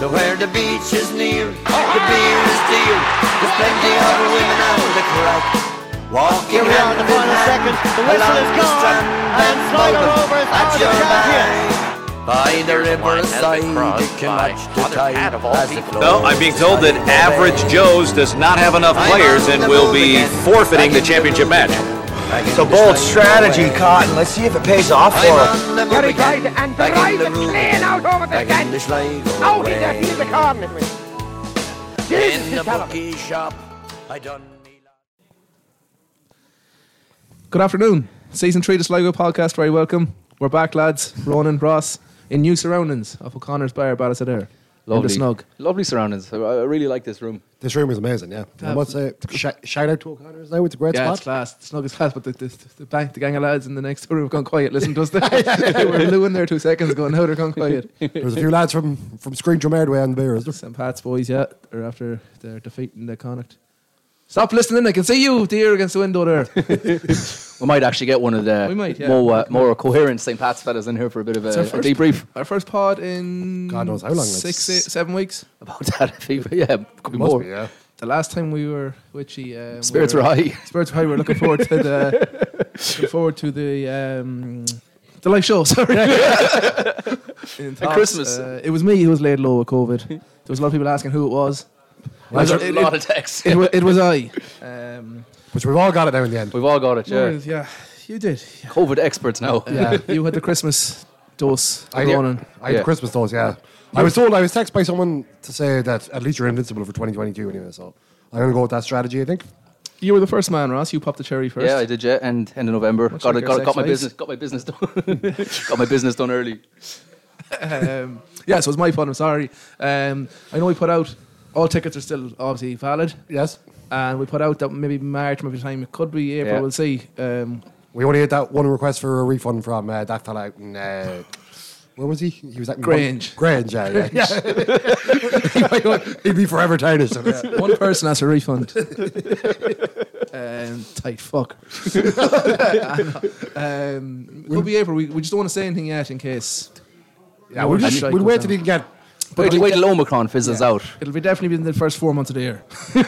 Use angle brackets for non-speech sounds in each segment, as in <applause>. to where the beach is near, the beer is dear, there's plenty of women out the crack. Walking round the one second, the whistle is gone, and Sligo Rovers at are the your champions. back. By the riverside, you can watch the tide as it flows. No, I'm being told that Average Joe's does not have enough players and will be forfeiting the championship match. It's a bold strategy, Cotton. Let's see if it pays off Very tight and the rise is clean out over the Oh, fence. Out in the field, the In the bookie shop, I done me lot. Good afternoon. Season 3 of the Sligo podcast, very welcome. We're back, lads. Ronan, Ross, in new surroundings of O'Connor's Bar, Ballasadair. In the Lovely. snug. Lovely surroundings. I, I really like this room. This room is amazing, yeah. I must say, sh- shout out to O'Connor's now. It's a great yeah, it's spot. class. The snug is class, but the, the, the, bank, the gang of lads in the next door have gone quiet. <laughs> Listen <laughs> to us there. they were blue in there two seconds ago, and now they're gone quiet. There's a few lads from, from Screen Dromardway on the beer, is there? St. Pat's boys, yeah, are after their defeat in the Connacht. Stop listening, I can see you, dear, against the window <laughs> there. <laughs> We might actually get one of the We might, yeah. more uh, more coherent St. Pat's fellas in here for a bit of a, our a first- debrief Our first pod in God knows how long, like six, eight, s- seven weeks. about <laughs> that. I think. yeah, could be more. yeah. The last time we were with you, um, Spirits we are were- high. <laughs> Spirits High. We're looking forward to <laughs> the looking forward to the um, the live show. <laughs> Sorry, <laughs> In Thoughts, Christmas. uh, it was me who was laid low with COVID. There was a lot of people asking who it was. There's it- a it- lot of texts. It was, it was I. Um, Which we've all got it now in the end. We've all got it. Yeah. yeah. you did. COVID experts now. Yeah, you <laughs> had the Christmas dose. I, of Ronan. I had Yeah. the Christmas dose, yeah. I was told, I was texted by someone to say that at least you're invincible for 2022 anyway, so I'm going to go with that strategy, I think. You were the first man, Ross. You popped the cherry first. Yeah, I did. Yeah, and end of November. Much got like it. our Got, it- got sex my lives. business. Got my business done. <laughs> got my business done early. <laughs> um, yeah, so it's my fault. I'm sorry. Um, I know we put out all tickets are still obviously valid, Yes. and we put out that maybe March, maybe time it could be April. Yeah. We'll see. Um, We only had that one request for a refund from uh, that fella out in, uh, where was he? He was at Grange. Grange, yeah, yeah. <laughs> He'd be forever tarnished. Yeah. one person has a <laughs> refund. um, tight fuck. <laughs> um, it'll be April. We, we just don't want to say anything yet in case. Yeah, we'll, just, Shite we'll goes wait till down. he can get. Wait, wait till Omicron fizzles out. It'll be definitely within the first four months of <laughs> the year. we'll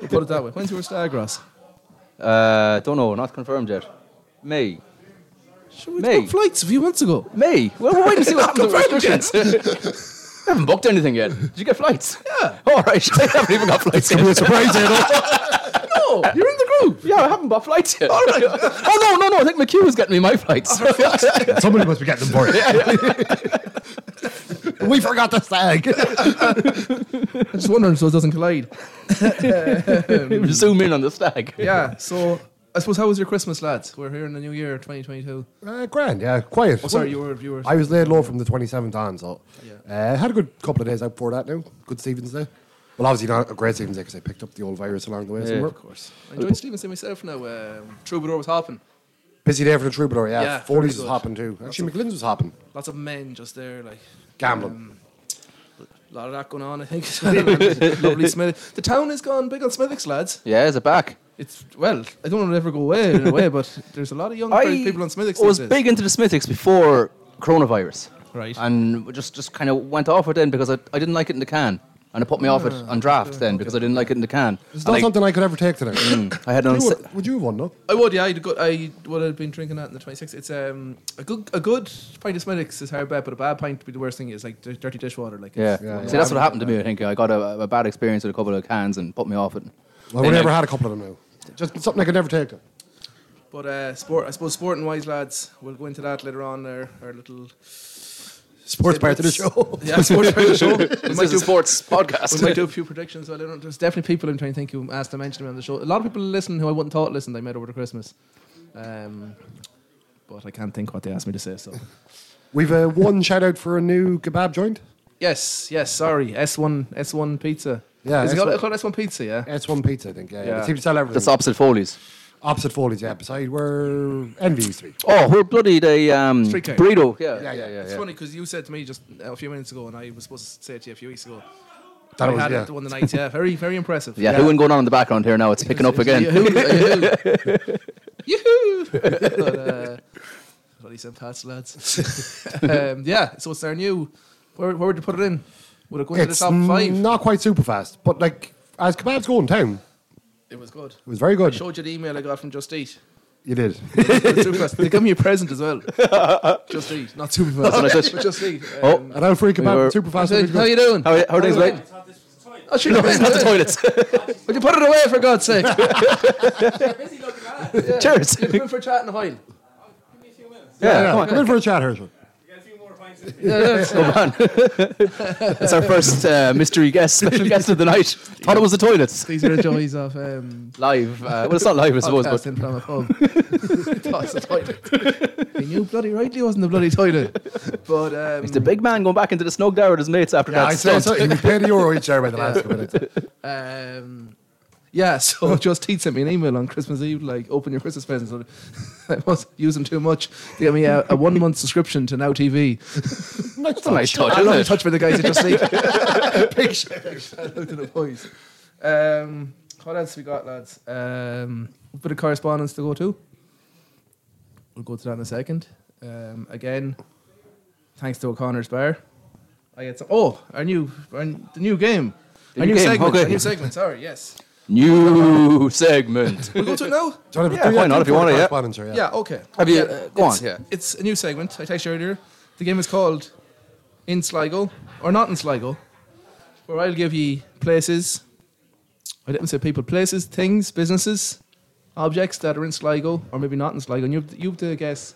put it that way. When's your stag, Ross? Uh, don't know. Not confirmed yet. May. Sure, we May. took flights a few months ago. May. Well, we'll wait <laughs> and see what happens with restrictions. I <laughs> haven't booked anything yet. Did you get flights? Yeah. All right. <laughs> I haven't even got flights yet. It's surprising. <laughs> Oh, you're in the group. Yeah, I haven't bought flights yet. All right. <laughs> oh, no, no, no. I think McHugh was getting me my flights. <laughs> Somebody must be getting them for it. <laughs> we forgot the <laughs> stag. I'm just wondering so it doesn't collide. <laughs> <laughs> Um, Zoom in on the stag. Yeah, so I suppose how was your Christmas, lads? We're here in the new year, 2022. Uh, grand, yeah, quiet. Oh, sorry, you were- you were- I was laid low from the 27th on, so uh, had a good couple of days out before that. Now, good Stevens Day. Well, obviously not a great Stevens Day because I picked up the old virus along the way. Yeah. somewhere. Of course. I enjoyed Stephen say myself now. Um, Troubadour was hopping. Busy day for the troubadour. Yeah, Yeah, very Foley's good. was hopping too. Actually, McGlynn's was hopping. Lots of men just there, like um, Gambling. a <laughs> lot of that going on. I think lovely Smith. The town has gone big on Smithwick's lads. Yeah, is it back? It's well, I don't want it to ever go away in a <laughs> way, but there's a lot of young I people on Smithwick's was these days. big into the Smithwick's before coronavirus. Right. And just, just kind of went off it then because I, I didn't like it in the can. And it put me off Ah, it on draft then because I didn't like it in the can. It's And not I, something I could ever take today. I had an You unse- would, would you have one, no? I would, yeah. I'd go, I would have been drinking that in the 26th. It's um, a good a good pint of Smithwick's is hard bad, but a bad pint would be the worst thing. Is like d- dirty dishwater. Like Yeah. it's- See, that's what happened to me. I think I got a, a bad experience with a couple of cans and put me off it. I would never had a couple of them now. Just something I could never take. But uh, sport, I suppose, sporting wise, lads, we'll go into that later on. Our, our little Sports part of the tidbits. show. Yeah, sports part of <laughs> the show. We might, This is do, a sports we podcast. might do a few predictions. Well, I don't, there's definitely people I'm trying to think who asked to mention them on the show. A lot of people listen who I wouldn't thought listened. I met over the Christmas. Um, but I can't think what they asked me to say. So We've uh, one shout out for a new kebab joint. yes, yes, sorry, S1 S1 Pizza. Yeah, is it called, S1. called S1 Pizza? Yeah, It's one pizza, I think. Yeah, Yeah. they seem to sell everything. That's opposite Foley's. Opposite Foley's, yeah, beside where Envy used to be. Oh, we're bloody the um, Street gang. burrito. Yeah, yeah, yeah, It's funny because you said to me just a few minutes ago, and I was supposed to say it to you a few weeks ago. That I was- had yeah. it one of the nights. Yeah, very, very impressive. yeah. Who going on in the background here now? It's picking <laughs> up again. <laughs> Yoo-hoo! but, uh, bloody St. Pat's lads. <laughs> um, yeah, so it's our new. Where, where would you put it in? Would it go into the It's top five? not quite super fast, but like as kebabs go in town, It was good. it was very I good. showed you the email I got from Just Eat. You did. It's super fast. <laughs> They gave me a present <laughs> as well. Just Eat, not super fast. but just Eat. Um, And I'll free kebab super I fast. said, how you doing? Oh. How, how are things like? <laughs> oh, sure, no, It's not the toilets. Would you put it away for <laughs> God's sake? <laughs> Cheers. <laughs> You've been for a chat in <laughs> a while. yeah, yeah. Come in for a chat, Herschel. That's our <laughs> first uh, mystery guest, special guest of the night. Thought it was the toilets. These are the joys of um, <laughs> Live. Uh, well, it's not live, I suppose, but podcasting from a pub. That's the toilet. He knew bloody rightly it wasn't the <laughs> bloody toilet. But um, the big man going back into the snug there with his mates after Yeah, I that. saw stunt. so. You paid a euro each there by <laughs> the last couple minutes. Um, yeah, so just Teed sent me an email on Christmas Eve, like open your Christmas presents. <laughs> I was using too much. They gave me a, a one month subscription to Now <laughs> TV. That's a nice touch, Oh, I love isn't in it? touch with the guys at Just <laughs> Eat. <laughs> Big shout out to the boys. Um, what else we got, lads? Um, a bit of correspondence to go to. We'll go to that in a second. Um, again, thanks to O'Connor's Bar. I get some. Oh, our new, our, n- the new game. our new new game, segment. okay. Our new segment. Sorry, yes. New segment. We go to it now. Do you <laughs> wanna- Yeah, do why not, do if you want it, yeah. correspondence here, Yeah. Okay. Have you- uh, go it's- on, yeah. It's a new segment. I texted you earlier. The game is called In Sligo or Not in Sligo, where I'll give you places. I didn't say people, places, things, businesses, objects that are in Sligo or maybe not in Sligo. And you have, you have to guess.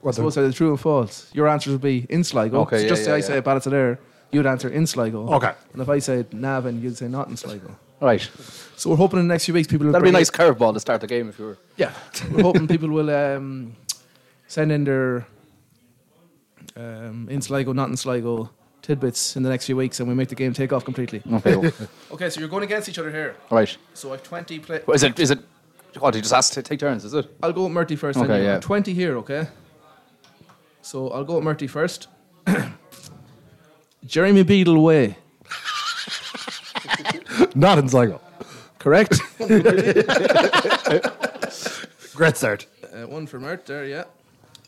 What So the- what's the true and false? Your answers would be in Sligo. Okay, So yeah, just yeah, say I yeah. say Ballata there, you'd answer in Sligo. Okay. And if I said Nav, and you'd say not in Sligo. Right. So we're hoping in the next few weeks people will That'd be a bring it- nice curveball to start the game if you were. yeah, we're hoping people will um, send in their um, in Sligo, not in Sligo tidbits in the next few weeks, and we make the game take off completely. Okay. well, Okay, so you're going against each other here. right. So I've 20 play. Well, Is it? Is it? What? You just asked to take turns, is it? <laughs> I'll go with Murty first. Okay, then you. yeah. I've 20 here, okay? So I'll go with <laughs> Murty first. Jeremy Beadle Way, <laughs> Not in Sligo. correct? <laughs> Great start. uh, one for Mert there, yeah.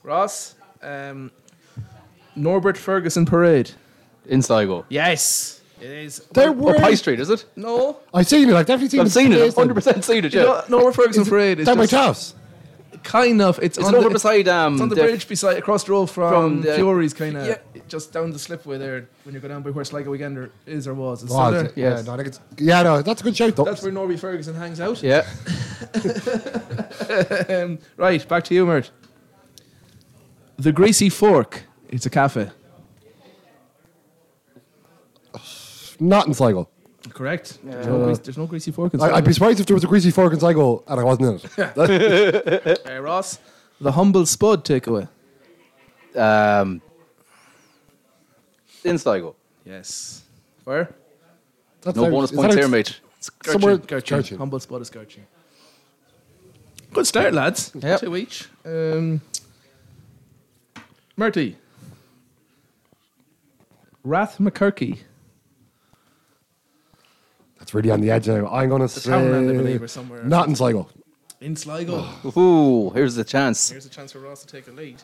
Ross, um, Norbert Ferguson Parade. In Sligo. Yes, it is. There Or were. Pie Street, is it? No, I've seen it. I've definitely seen it. I've seen it. I've It's 100% seen it. Yeah. No, no, we're Ferguson Parade. It's Down by just Taos. kind of. It's, It's on over the, beside um. It's on the Def- bridge beside across the road From from, the- Fury's, kind of. Yeah. Just down the slipway there when you go down by where Sligo Weekender is or was. It's still Oh, there. is it? Yeah, no, I think it's- yeah, no, that's a good shout though. That's where Norby Ferguson hangs out. Yeah. <laughs> Um, right, back to you, Mert. The Greasy Fork. It's a cafe. Not in Sligo. Correct. There's, no greasy, there's no greasy fork in I, I'd Sligo. be surprised if there was a greasy fork in Sligo and I wasn't in <laughs> <laughs> it. Uh, Ross, the humble spud takeaway. Um. In Sligo. Yes. Where? That's No out- bonus is that points out here, mate. Somewhere Gertrude. Gertrude. Humble spot is Gertrude. Good start, lads. Yep. Two each. Um, Murty. Rath McCurkey. It's really on the edge now. I'm going to say. Townland, I believe, or somewhere. uh, Not in Sligo. In Sligo. <sighs> Ooh, here's the chance. Here's a chance for Ross to take a lead.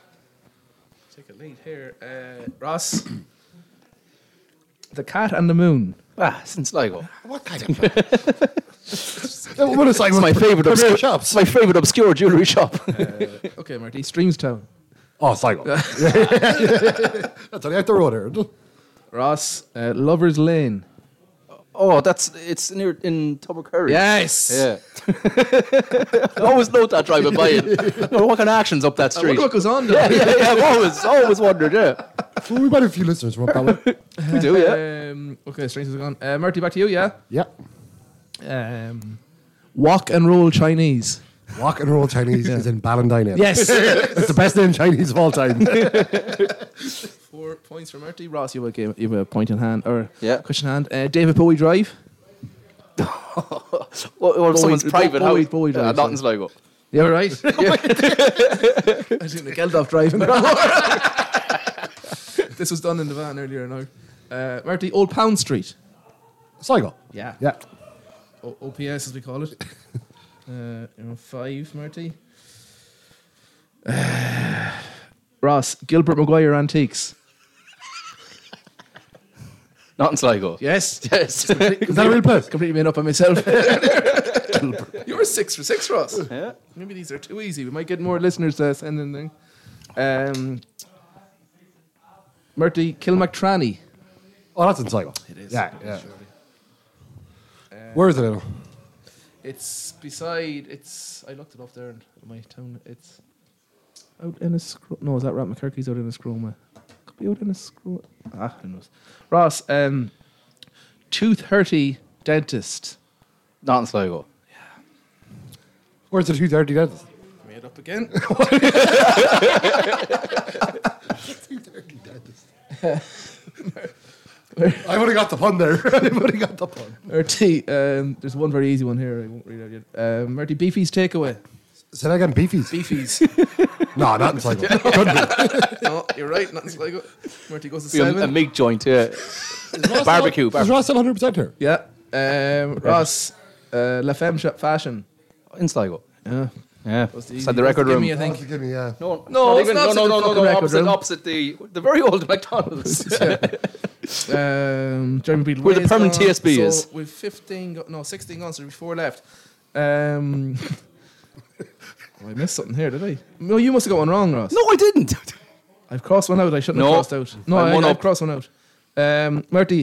Take a lead here. Uh, Ross. the Cat and the Moon. Ah, since Sligo. What kind <laughs> of What is Sligo? It's my favourite obscure shops. It's my favourite obscure jewellery <laughs> shop. <laughs> Okay, Marty. Streamstown. Oh, <laughs> Sligo. That's only out the road here. Ross. Uh, Lover's Lane. oh, that's it's near in Tubbercurry. Yes. Yeah. I <laughs> always note that driving by it. <laughs> No, what kind of actions up that I street? wonder what goes on though. yeah, yeah, yeah, I've always, always wondered, yeah. Well, we might have a few listeners from up that way. We do, yeah. Um, okay, Streamstown's gone. Uh, Marty, back to you, yeah? Yeah. Um, <laughs> walk and roll Chinese. Walk and roll Chinese is in Ballandine. Yes. It's the best name Chinese of all time. <laughs> Four points for Marty. Ross, you have a, game, you have a point in hand, or Yeah. question in hand. Uh, David Bowie Drive. <laughs> Well, well, someone's Bowie- private Bowie- house. Bowie yeah, drives, not in yeah. Sligo. Yeah, <laughs> right. I was doing the Geldof driving. <laughs> this was done in the van earlier now. Uh, Marty, Old Pound Street. Sligo. Yeah. Yeah. O- OPS as we call <laughs> it. Uh, you know, five, Marty. <sighs> Ross, Gilbert Maguire Antiques. Not in Sligo. Yes. <laughs> Yes. Is that a real place? <laughs> Completely made up <laughs> by myself. you were six for six, Ross. Yeah. Maybe these are too easy. We might get more listeners to send in thing. Um, Murty Kilmactrani. Oh, that's in Sligo. It is. Yeah. yeah. Where is it? Now? It's beside. It's. I looked it up there in my town. It's out in a No, is that Rat McCurkey's out in a scroma? Could be out in a scroma. Ah, who knows? Ross, um, two thirty dentist. Not in Sligo. Where's the 230 dentist? Made <laughs> up again. I would have got the pun there. <laughs> I would have got the pun. Murty, um, there's one very easy one here. I won't read out yet. Um, Murty, Beefy's takeaway. Say that again, beefies. <laughs> Beefy's. no, not in <laughs> Sligo. no, you're right. Nothing's like it. Murty goes to Be A, a seven. meat joint, yeah. <laughs> barbecue. Is barbecue. Ross still 100% here? yeah. Um, Ross, uh, La Femme Shop Fashion. In Sligo. Yeah. Yeah. the It's easy- at the record give room. me a thing. Ross, give me, yeah. No, No, not it's even, not no, no, no, the no, fucking no, record opposite, room. opposite the the very old McDonald's. <laughs> Um, Jeremy Beadle. Where the Way's permanent gone, TSB so is. We've 15, go- no, 16 gone, so we've four left. <laughs> Um, oh, I missed something here, did I? No, you must have got one wrong, Ross. no, I didn't. I've crossed one out. I shouldn't No. have crossed out. No, I'm I, one I've up. crossed one out. Um, Marty,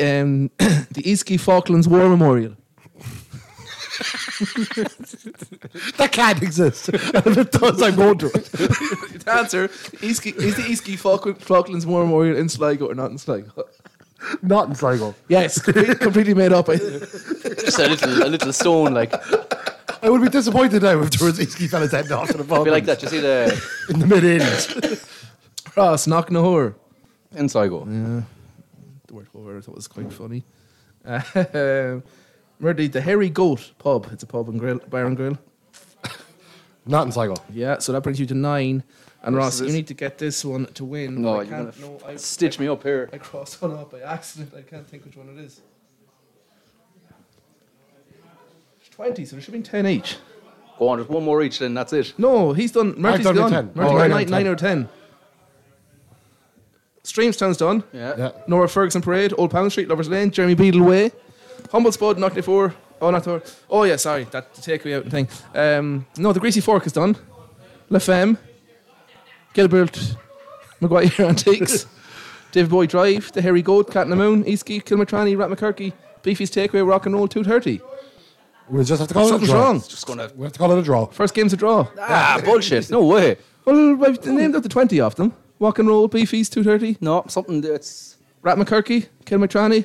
um, <coughs> the Eastleigh Falklands War Memorial. That can't <laughs> exist. if it does, I'm going to it. <laughs> The answer is the Eastleigh Falk- Falklands War Memorial in Sligo or not in Sligo? Not in Sligo. <laughs> Yes, completely, completely made up. I, Just a little, a little stone, <laughs> like I would be disappointed now if there was Easky fellas heading off to the be ball like that. You see the <laughs> in the mid <laughs> 80s. Ross, knock Nahor. in Sligo. The word hover, I thought was quite funny. Uh, Murdy, the Hairy Goat pub. It's a pub and grill, bar and grill. Not in Sligo. Yeah, so that brings you to nine. And Ross, is you this? need to get this one to win. No, I you're can't. gonna No, I, Stitch me up <laughs> here. I crossed one out by accident. I can't think which one it is. It's 20, so there should be 10 each. Go on, there's one more each, then that's it. No, he's done. Murty's done gone. my 10. Murty's Oh, right, done nine, I'm 10. nine or 10. Streamstown's done. Yeah. Yeah. Nora Ferguson Parade, Old Pound Street, Lovers Lane, Jeremy Beadle Way, Humble Spud, Knockney Four. Oh, not four. Oh, yeah, sorry, that the takeaway out thing. Um, no, the Greasy Fork is done. La Femme, Gilbert, Maguire <laughs> <laughs> Antiques, David Boy Drive, The Hairy Goat, Cat in the Moon, Eastgate, Kilmatrani, Rat McCurkey, Beefy's Takeaway, Rock and Roll 230. We'll just have to call Something's it a draw. wrong. Just gonna We have to call it a draw. First game's a draw. ah bullshit. No way. Well, I've named out the 20 of them. Walk and Roll, Beefy's 230, No, something that's Rat McCurkey, Kilmatrani,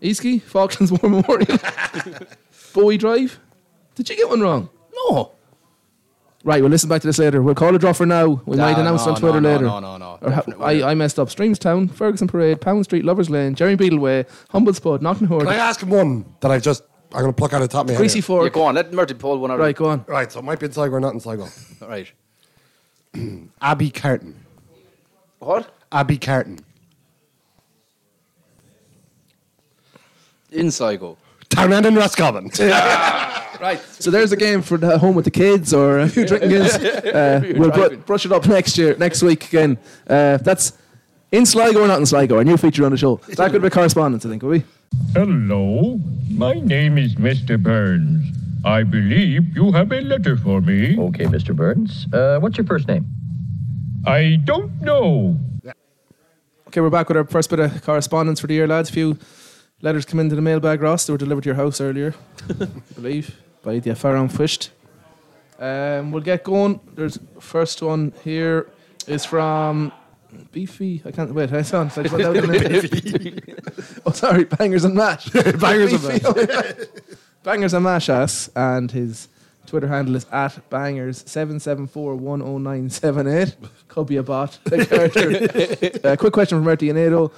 Eastkey, Falklands <laughs> War Memorial, Bowie Drive. Did you get one wrong? no. Right, we'll listen back to this later. We'll call a draw for now. We might Nah, announce it no, on Twitter no, no, later. no, no, no. Or ha- Definitely later. I, I messed up. Streamstown, Ferguson Parade, Pound Street, Lovers Lane, Jerry Beadle Way, Humble Spud, Nottingham Can I Horde, ask him one that I've just, I'm going to pluck out of the top of my head. Greasy here? Yeah, Fork. go on. Let Murty pull one out. right, go on. Right, so it might be in Sligo or not in Sligo. Right. <clears throat> Abbey Carton. What? Abbey Carton. In Sligo. Clownan and <laughs> Roscommon. Right. So there's a game for the home with the kids or <laughs> a few drinking games. Uh, we'll br- driving. brush it up next year, next week again. Uh, that's in Sligo or not in Sligo, a new feature on the show. That could be correspondence, I think, would we? Hello, my name is Mr. Burns. I believe you have a letter for me. Okay, Mr. Burns. Uh, what's your first <laughs> name? I don't know. Okay, we're back with our first bit of correspondence for the year, lads. A few letters come into the mailbag, Ross. They were delivered to your <laughs> house earlier, I believe, by the Pharaoh Fisht. Um, we'll get going. There's first one here is from Beefy. I can't wait. I sound. I just want to know the name. <laughs> oh, sorry, Bangers and Mash. Bangers and Mash. Bangers and Mash ass, and his Twitter handle is at bangers seven seven four one zero nine seven eight. <laughs> Could be a bot. <laughs> That character. uh, quick question from Marty and Edo.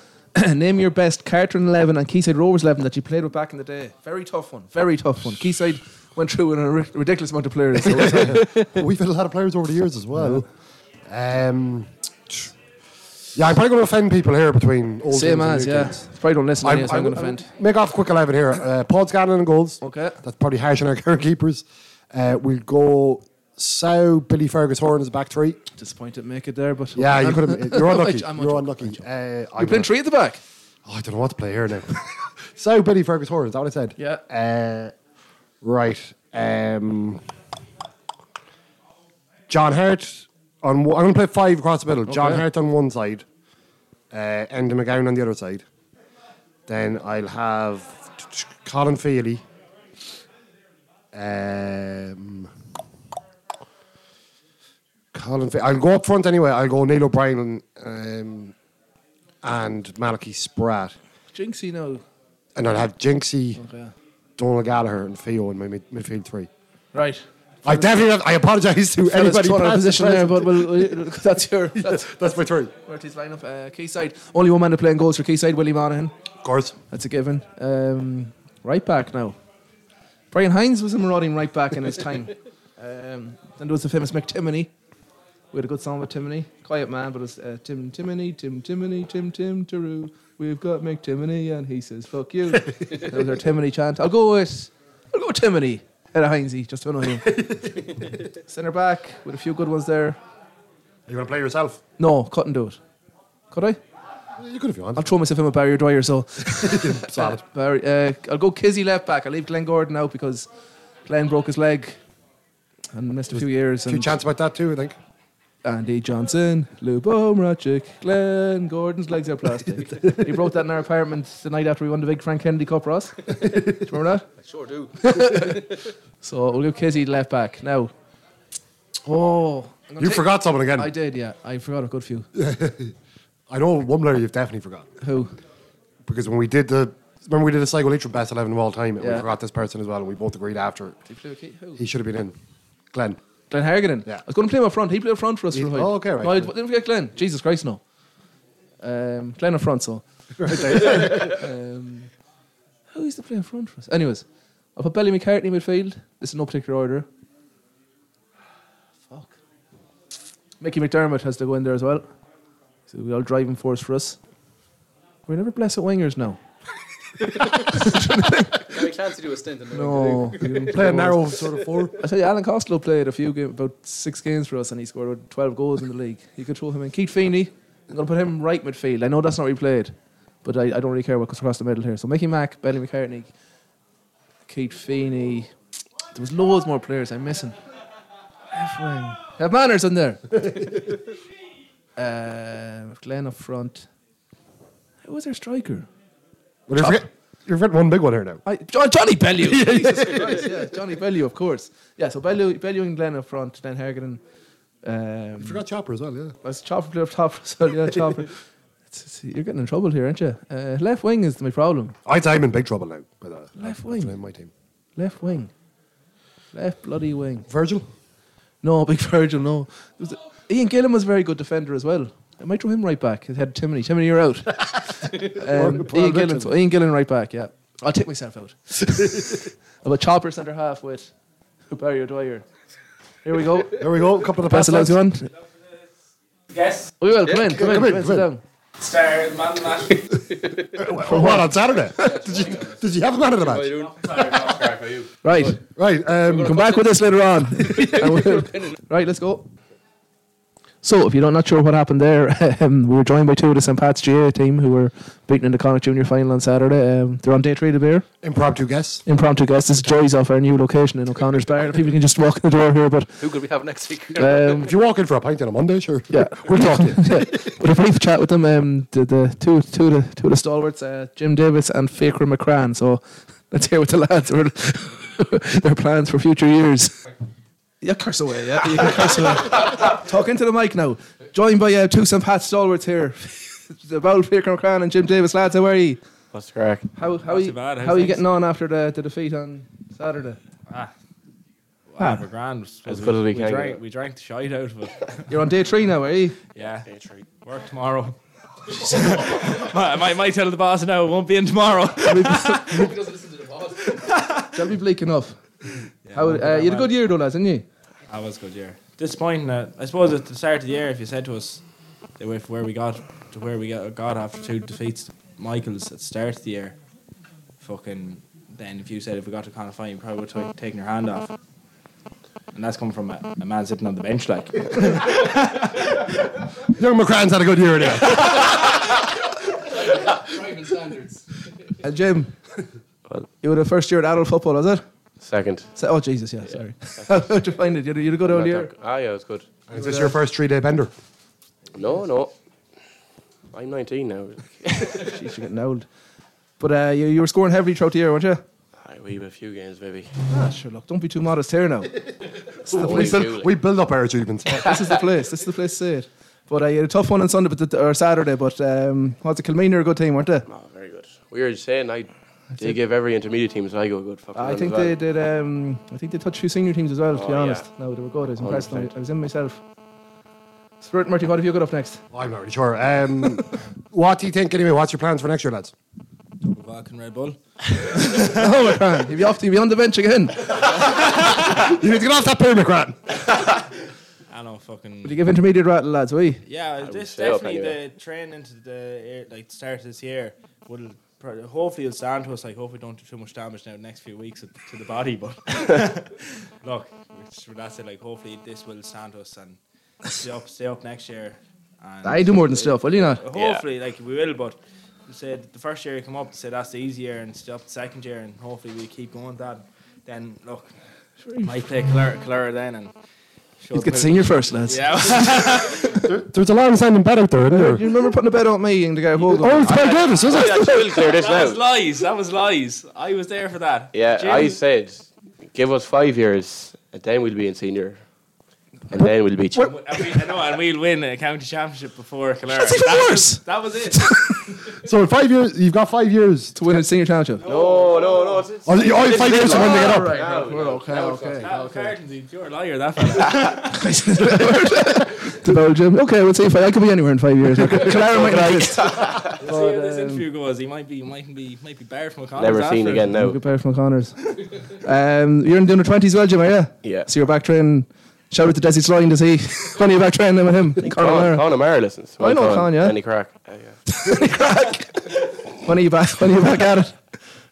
<clears throat> Name your best Cartron eleven and Keyside Rovers eleven that you played with back in the day. Very tough one. Very tough one. Keyside went through in a ri- ridiculous amount of <laughs> players. So it's- We've had a lot of players over the years as well. Um, yeah, I'm probably going to offend people here between old Same teams and as new yeah. teams. Probably don't listen to me, I'm, so I'm I'm- going to offend. Make off a quick 11 here. Uh, Paul Scanlon and goals. Okay. That's probably harsh on our <laughs> current keepers. Uh, we'll go Sow, Billy Fergus Horn as a back three. Disappointed make it there, but Yeah, you could have. <laughs> You're unlucky. I'm you're on unlucky. Uh, You're playing three at the back. Oh, I don't know what to play here now. <laughs> so Billy Fergus Horn, is that what I said? Yeah. Uh, right. Um, John Hart on. one- I'm going to play five across the middle. John Okay. Hart on one side, uh, Enda McGowan on the other side. Then I'll have t- t- Colin Feely. Um, Colin, Fe- I'll go up front anyway. I'll go Neil O'Brien um, and Malachi Spratt. Jinxie no. And I'll have Jinxie, Okay. Donald Gallagher, and Theo in my mid- midfield three. Right. I definitely have, I apologise to Fellas anybody. thought our past and position there, present. but <laughs> we'll, we'll- that's your that's That's my three. where it is lineup. Uh, Keyside, only one man to play in goals for Keyside, Willie Monaghan. Of course. That's a given. Um, right back now. Brian Hines was a marauding right back in his time. Um, then there was the famous McTimony. We had a good song with Timony. Quiet man, but it was uh, Tim Timony, Tim Timony, Tim Tim Taroo. We've got McTimony, and he says, fuck <laughs> you. that was our Timony chant. I'll go with, I'll go with Timony. Head of Hinesy, just to annoy him. <laughs> Centre back with a few good ones there. You want to play yourself? No, couldn't do it. Could I? You could if you want. I'll throw myself in with Barry Dwyer, so. <laughs> Solid. Barry, uh, I'll go Kizzy left back. I'll leave Glenn Gordon out because Glenn broke his leg and missed a few years. Two And chance about that too, I think. Andy Johnson, Lou Bomarczyk, Glenn Gordon's legs <laughs> are plastic. he broke that in our apartment the night after we won the big Frank Kennedy Cup, <laughs> Ross. Do you remember that? I sure do. <laughs> so we'll go Kizzy left back. Now, oh. I'm gonna You take- forgot someone again. I I, did, yeah. I forgot a <laughs> good few. know one player you've definitely forgot Who? because when we did the remember we did a cycle each with best eleven of all time and we Yeah. forgot this person as well and we both agreed after Who? he should have been in. Glenn. Glenn Harrigan. Yeah. I was going to play him up front. He played up front for us for a He- while. oh, okay, right. No, I didn't forget Glenn. Jesus Christ, no. Um, Glenn up <laughs> front, so. um, who is the player up front for us? <laughs> Anyways, I'll put Belly McCartney midfield. This is no particular <sighs> order. Fuck. Mickey McDermott has to go in there as well. So we all driving force for us. We never bless at wingers now. Gary Clancy do a stint in the No. <laughs> we didn't Play a <laughs> forwards. narrow sort of four. I tell you, Alan Costello played a few game, about six games for us, and he scored about twelve goals in the league. You could throw him in. Keith Feeney, I'm going to put him right midfield. I know that's not where he played, but I, I don't really care what goes across the middle here. So Mickey Mack, Benny McCartney, Keith Feeney. There was loads more players I'm missing. Left wing. Have manners in there. <laughs> um, Glenn up front. Who was their striker? <laughs> Well, you're, forget, you're forgetting one big one here now. I, John, Johnny <laughs> Bellew. Jesus Christ, yeah, Johnny Bellew, of course. Yeah, so Bellew, Bellew and Glenn up front, then Hergen and. Um, Forgot Chopper as well, yeah. that's Chopper played up top. So <laughs> yeah, Chopper. It's- it's- you're getting in trouble here, aren't you? Uh, left wing is my problem. I'd say I'm in big trouble now. By that. Left That's the wing. name of my team. Left wing. Left bloody wing. Virgil? No, <laughs> big Virgil, no. There was a- Ian Gillam was a very good defender as well. I might throw him right back. He had Timony. Timony, <laughs> you're out. um, Paul Ian Gillan. Richards. Ian Gillan right <laughs> back, yeah. I'll take <laughs> myself out. I've a chopper centre half with <laughs> Barry O'Dwyer. Here we go. There we go. A couple of the Pass passes. it out to one. Yes. We will. Come in. Come, in, come in, come come in. Sit in. down. star man of the <laughs> match. For what on <laughs> Saturday? did you did you have him out of the match? Right. Right. Um, Come back with us later on. right, let's go. So, if you're not sure what happened there, <laughs> um, we were joined by two of the St. Pat's GA team who were beaten in the Connacht Junior final on Saturday. Um, they're on day three of the beer. Impromptu guess. Impromptu guest. This is Joy's off our new location in O'Connor's Bar. People can just walk in the door here, but Who could we have next week? <laughs> um, If you walk in for a pint on a Monday, sure. <laughs> yeah, we're talking. <laughs> yeah. But a brief chat with them. Um, the, the two, two, of the, two of the stalwarts, uh, Jim Davis and Faker McCran. So <laughs> let's hear what the lads were <laughs> their plans for future years. Yeah, curse away. Yeah, you can curse away. Talk into the mic now. Joined by uh, two St. Pat stalwarts here, <laughs> the Bowl Faker McCran and Jim Davis. Lads, how are you? What's the crack? How how are you, bad, how's how are you things? getting on after the, the defeat on Saturday? Ah, we're grand. As good as we can drank, get. we drank the shite out of it. <laughs> You're on day three now, are you? yeah. Work tomorrow. <laughs> I might, might tell the boss now, it won't be in <laughs> tomorrow. That'll be bleak enough. how, uh, you had a good year though, lads, didn't you? that was a good year. Disappointing. Uh, I suppose at the start of the year, if you said to us that if where we got to where we got, got after two defeats, to Michaels at the start of the year, fucking. Then if you said if we got to Connacht final, you probably would have taken your hand off. And that's coming from a, a man sitting on the bench, <laughs> like. Young McCran's had a good year anyway. And Uh, Jim, you were the first year at adult football, was it? Second. So, oh Jesus, yeah, sorry. <laughs> How'd you find it? You had a- you had a good old year. Ah, yeah, it was good. Is this your first three day bender? No, no. I'm 19 now. <laughs> Jeez, you're getting old. But uh, you, you were scoring heavily throughout the year, weren't you? I weave a few games, maybe. Ah, sure. Look, don't be too modest here now. This is the Oh, We, place. still, we build up our achievements. <laughs> this is the place. This is the place. To say it. But uh, you had a tough one on Sunday, but the, or Saturday. But um, what's it? Kilmaine are a good team, weren't they? Oh, very good. We were saying I, they give every intermediate team so I go good. Fucking I think they did. Um, I think they touched two senior teams as well. To Oh, be yeah. Oh, honest, no, they were good. I was impressed. 100%. I was <laughs> in myself. Spirit Murphy, what have you got up next? I'm not really sure. Um, <laughs> what do you think anyway? What's your plans for next year, <laughs> lads? Fucking Red Bull. oh, McCran, you'll be off. You'll be on the bench again. You need to get off that pyramid, McCran. I know, fucking. Will you give intermediate rattle, lads? We. Yeah, this say up definitely anyway. the trend into the air, like start of this year will pro- hopefully it'll stand to us. Like hopefully don't do too much damage now the next few weeks at- to the body. <laughs> But look, it's- that's it. Like hopefully this will stand to us and stay up, stay up next year. And I do more than stuff. Will you not? Hopefully, like we will. But you said the first year you come up, say that's the easy year, and stay up the second year, and hopefully we keep going with that. Then look, might play Clara, Clara then and. show Let's the get will- senior first, lads. Yeah, <laughs> There's a long sounding bed out there, isn't You remember putting a bet on me and the guy Hogan? Oh, it's Ben Davis, is it? We'll clear this that was now. lies. That was lies. I was there for that. Yeah, Jim- I said, give us five years, and then we'll be in senior, and then we'll be. ch- And we, I know, and we'll win a county championship before Clare. That's even was- worse. That was it. So in five years, you've got five years. to win a senior championship. <laughs> No, no, no. It's, it's, Oh, you- oh, you have five years to when they get up. We're okay, okay. That was Carrington, you're a liar, that fella. <laughs> To Belgium. Okay, we'll see if I, I could be anywhere in <laughs> five years. Okay. Clara might like. We'll see how this interview goes. He might be, mightn't be, might be barred from a contest. never seen after. again now. Good pair from O'Connor's. Um, you're in the under 20s as well, Jim, are you? Yeah. So you're back training. Shout out to Desi Slane to see <laughs> when you're back training with him. Conor O'Mara. Con, Con O'Mara listens. I know Con, yeah. Any crack? Uh, yeah. <laughs> <laughs> When are you back? When are you back at it?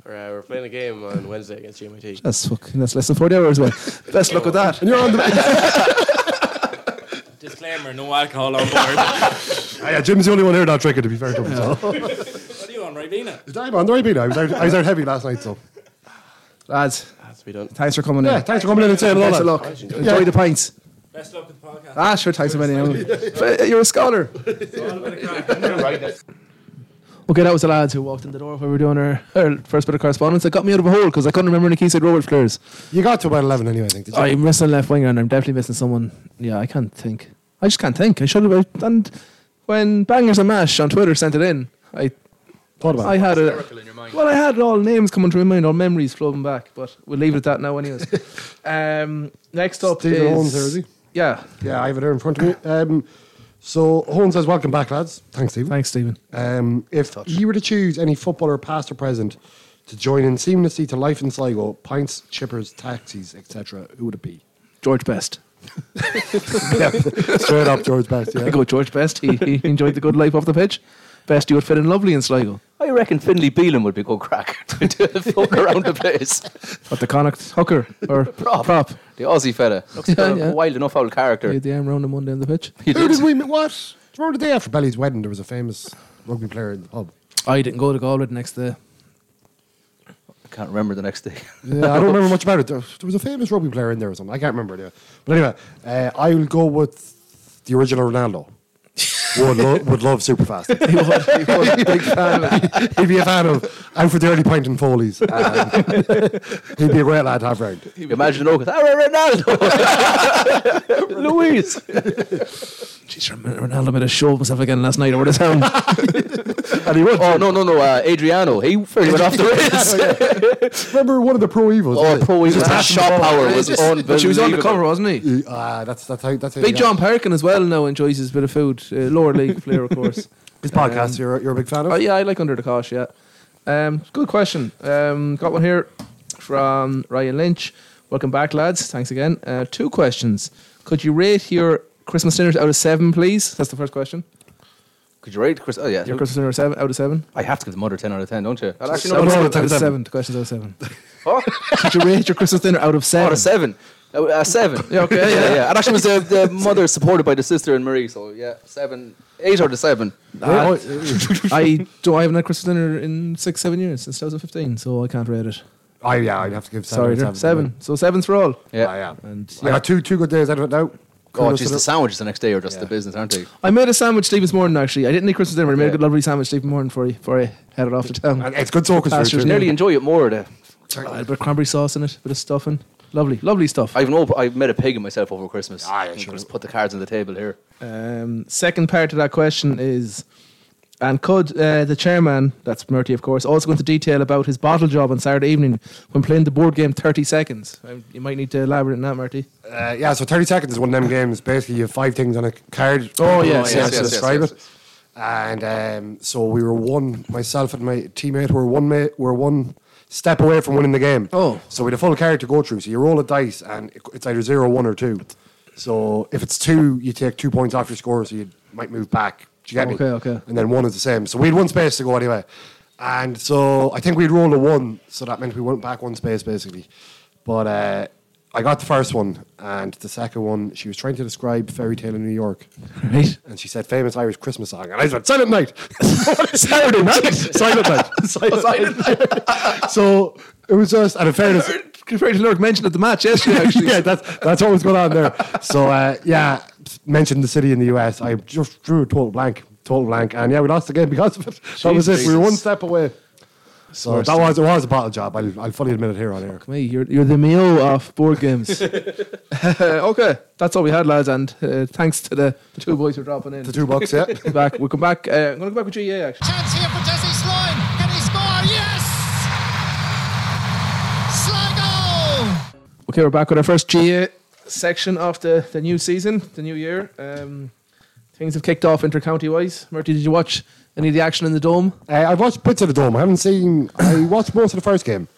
We're, uh, we're playing a game on Wednesday against GMIT. That's fucking, that's less than 40 hours away. Best luck with that. You're on <laughs> the. <laughs> Disclaimer: No alcohol on <laughs> board. what Ah, yeah, Jim's the only one here not drinking. To be fair to him, <laughs> so. are you on, Ribena? I'm on the right beat. I was out. I was out heavy last night, so. Lads, Has to be done. thanks for coming Yeah, in. thanks for coming in and saying hello. Best of lads. luck. Enjoy the pints. Best luck with the podcast. Ah, sure, thanks so many. <laughs> uh, You're a scholar. Okay, that was the lads who walked in the door when we were doing our, our first bit of correspondence. It got me out of a hole because I couldn't remember any keys at Robert Fleurs. You got to about eleven anyway. I think. Did you? I'm missing a left winger and I'm definitely missing someone. Yeah, I can't think. I just can't think. I should have. And when Bangers and Mash on Twitter sent it in, I Thought about. I had a. Well, I had all names coming to my mind, all memories floating back, but we'll leave it at that now, <laughs> anyways. um, next up Stephen is. Holmes eh? there, is he? Yeah. Yeah, I have it here in front of me. Um, so Hone says, "Welcome back, lads. Thanks, Stephen. Thanks, Stephen. Um, if you were to choose any footballer, past or present, to join in seamlessly to life in Sligo, pints, chippers, taxis, etc., who would it be? George Best. <laughs> Straight up, George Best. <laughs> I Yeah. <laughs> go George Best. He, he enjoyed the good life off the pitch. best you would fit in lovely in Sligo. I reckon Finley Beelan would be good crack <laughs> to do the <laughs> fuck around the place. But the Connacht hooker or Prop. prop. The Aussie fella. Looks Yeah, got a yeah. wild enough old He character. had the arm round him one day on the <laughs> pitch. He Who did. did we meet? What? Do you remember the day after Belly's wedding, there was a famous rugby player in the pub. I didn't go to Galway the next day. I can't remember the next day. Yeah, I don't remember much about it. There, there was a famous rugby player in there or something. I can't remember it. But anyway, uh, I will go with the original <laughs> Ronaldo. would, lo- would love Superfast. <laughs> he would. He would. Big fan. <laughs> He'd be a fan of Alfred Early Pint and <laughs> Foley's. And he'd be a great lad to have round. Imagine oh, Oakhurst. Ara Ronaldo! Louise! <laughs> Jeez, remember Ronaldo made a show of himself again last night over the town. And he would. <laughs> Oh, no, no, no. Uh, Adriano. He fairly went off <laughs> the rails. Remember one of the pro evils? Oh, pro evils. That shot power was unbelievable. She was on the cover, wasn't he? Ah, that's that's how that's how Big they John got- Perkin as well now enjoys his bit of food. Uh, lower <laughs> league player, of course. His podcast. you're you're a big fan of. Oh yeah, I like Under the Cosh. Yeah. Um, good question. Um, got one here from Ryan Lynch. Welcome back, lads. Thanks again. Uh, two questions. Could you rate your Christmas dinners out of seven, please? That's the first question. <laughs> Could you rate Chris? Oh, yeah. Your Christmas dinner seven out of seven. I have to give the mother 10 out of 10, don't you? Well, actually, Seven no, out no, of seven. The question's out of seven. <laughs> Could you rate your Christmas dinner out of seven? Out of seven. Uh, uh, seven. Yeah, okay, yeah, yeah. yeah. And actually, was the, the mother supported by the sister and Marie, so yeah, seven, eight out of seven. Uh, <laughs> I do. I haven't had Christmas dinner in six, seven years since 2015, so I can't rate it. Oh yeah, I'd have to give Sorry, seven. there- out of seven. So seven's for all. Yeah. I am. And I got two two good days out of it now. Oh, Kudos geez, to the them. sandwiches the next day are just the business, aren't they? I made a sandwich this morning actually. I didn't eat Christmas dinner. but I made a Yeah. good lovely sandwich this morning for you before I headed off to town. And it's good talking Pastures through. near Nearly enjoy it more. The, the- A bit of cranberry sauce in it, a bit of stuffing. Lovely, lovely stuff. I've no, I've met a pig in myself over Christmas. Ah, yeah, sure. Just put the cards on the table here. Um, second part to that question is, and could uh, the chairman, that's Murty of course, also go into detail about his bottle job on Saturday evening when playing the board game 30 Seconds? Um, you might need to elaborate on that, Murty. Uh, yeah, so 30 seconds is one of them games. Basically, you have five things on a card. Oh, yes, yes, yeah, yes, to yes, describe yes, it. And um, so we were one, myself and my teammate were one mate, were one step away from winning the game. Oh. So we had a full card to go through. So you roll a dice and it- it's either zero, one, or two. So if it's two, you take two points off your score, so you might move back. Do you get Okay, me? okay. And then one is the same. So we had one space to go anyway. And so I think we'd rolled a one, so that meant we went back one space basically. But uh, I got the first one, and the second one, she was trying to describe Fairy Tale in New York. Right. And she said famous Irish Christmas song. And I just went, Silent Night! <laughs> Saturday night! <laughs> Silent Night! <laughs> Silent, Night! so it was just, and in fairness, Compared to Lurk mentioned at the <laughs> match yesterday, actually. yeah, that's that's what was going on there. So uh, yeah, mentioned the city in the US. I just drew a total blank, total blank, and yeah, we lost the game because of it. That was it. We were one step away. So Worst that was it was a bottle job. I'll, I'll fully admit it here on air. Me, you're, you're the meal of <laughs> board games. <laughs> okay, that's all we had, lads, and uh, thanks to the, the two boys who are dropping in. The two bucks, yeah. back. We'll come back. Uh, I'm going to go back with GEA, actually. Chance here for Jesse Sloan. Can he score? Yes! Sligo! Okay, we're back with our first GA section of the, the new season, the new year. Um, things have kicked off inter-county wise. Murty, did you watch any of the action in the dome? Uh, I watched bits of the dome. I haven't seen. I watched most of the first game.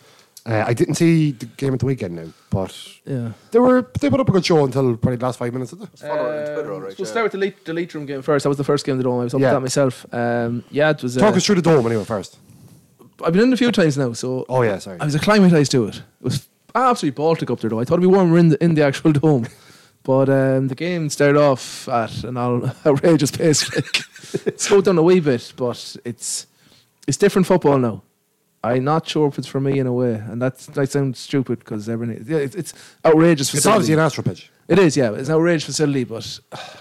Uh, I didn't see the game at the weekend now, but Yeah. they were they put up a good show until probably the last five minutes of the. Um, we'll start with the late, the late room game first. That was the first game of the dome. I was up Yeah. with that myself. Um, yeah, it was. Uh, Talk us through the dome anyway first. I've been in a few times now, so Oh yeah, sorry. I was acclimatized to it. It was absolutely Baltic up there, though. I thought it'd be warmer in the in the actual <laughs> dome, but um, the game started off at an all- <laughs> outrageous pace. Like, it slowed down a wee bit, but it's it's different football now. I'm not sure if it's for me in a way, and that's that sounds stupid because everything yeah, it's, it's outrageous. It's facility. obviously an astro pitch. It is, yeah. It's an outrageous facility, but <sighs>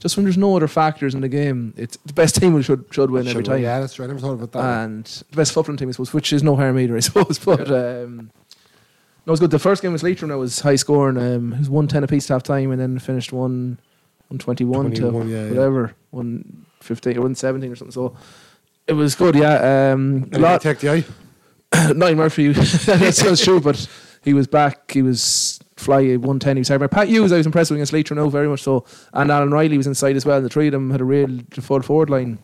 just when there's no other factors in the game, it's the best team will should should win every Should we- time Yeah, that's right. I never thought about that. and the best footballing team, I suppose, which is no harm either, I <laughs> suppose. But um, no, it was good. The first game was Leitrim, it was high scoring. Um, it was 110 apiece half time, and then finished 1 121 to 21, yeah, yeah. whatever, 115 or 117 or something. So it was good, yeah. Um, Anybody lot, take the <coughs> eye. Nine Murphy, <laughs> that's not true, but he was back. He was fly at 110. He was hard. Pat Hughes, I was impressed with against Leitrim now, very much so. And Alan Riley was inside as well, and the three of them had a real full forward line.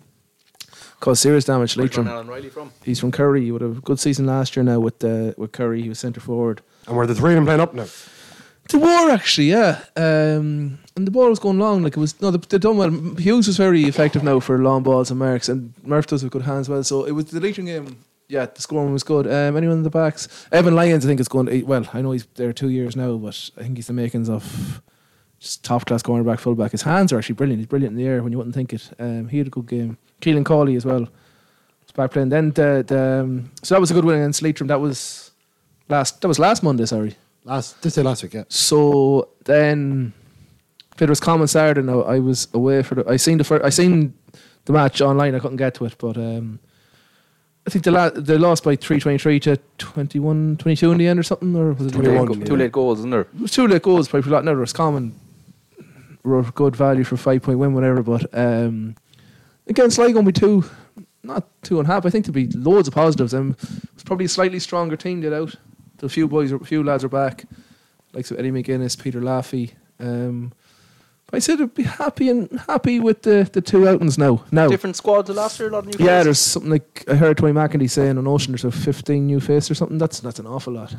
Caused serious damage, to Leitrim. Alan Riley from? He's from Curry. He would have a good season last year now with uh, with Curry. He was centre forward. And were the three of them playing up now? They were actually, yeah. Um, and the ball was going long. Like it was no, they, they done well. Hughes was very effective now for long balls and marks, and Murph does with good hands well. So it was the Leitrim game. Yeah, the scoring was good. Um, anyone in the backs? Evan Lyons, I think, is going. To, well, I know he's there two years now, but I think he's the makings of just top class cornerback, fullback. His hands are actually brilliant. He's brilliant in the air when you wouldn't think it. Um, he had a good game. Keelan Cawley as well was back playing. Then the, the um, so that was a good win against Leitrim. That was last. That was last Monday. Sorry, last this day last week. Yeah. So then played Roscommon Saturday. Now I was away for the. I seen the first. I seen the match online. I couldn't get to it, but um, I think they, la- they lost by three twenty three to 21, 22 in the end or something, or was it Two late, go- two late goals, isn't there? it was two late goals by Pilat. Now Roscommon were good value for five point win, whatever. But um, against Sligo, will be two, not two and a half. I think there'll be loads of positives. And it's probably a slightly stronger team get out. The few boys, a few lads are back, like so Eddie McGuinness, Peter Laffey. Um, but I said I'd be happy and happy with the, the two outings now. Now, Different squad to last year, a lot of new yeah, players. there's something like I heard Tony McIntyre saying on Ocean there's a 15 new faces or something. That's that's an awful lot.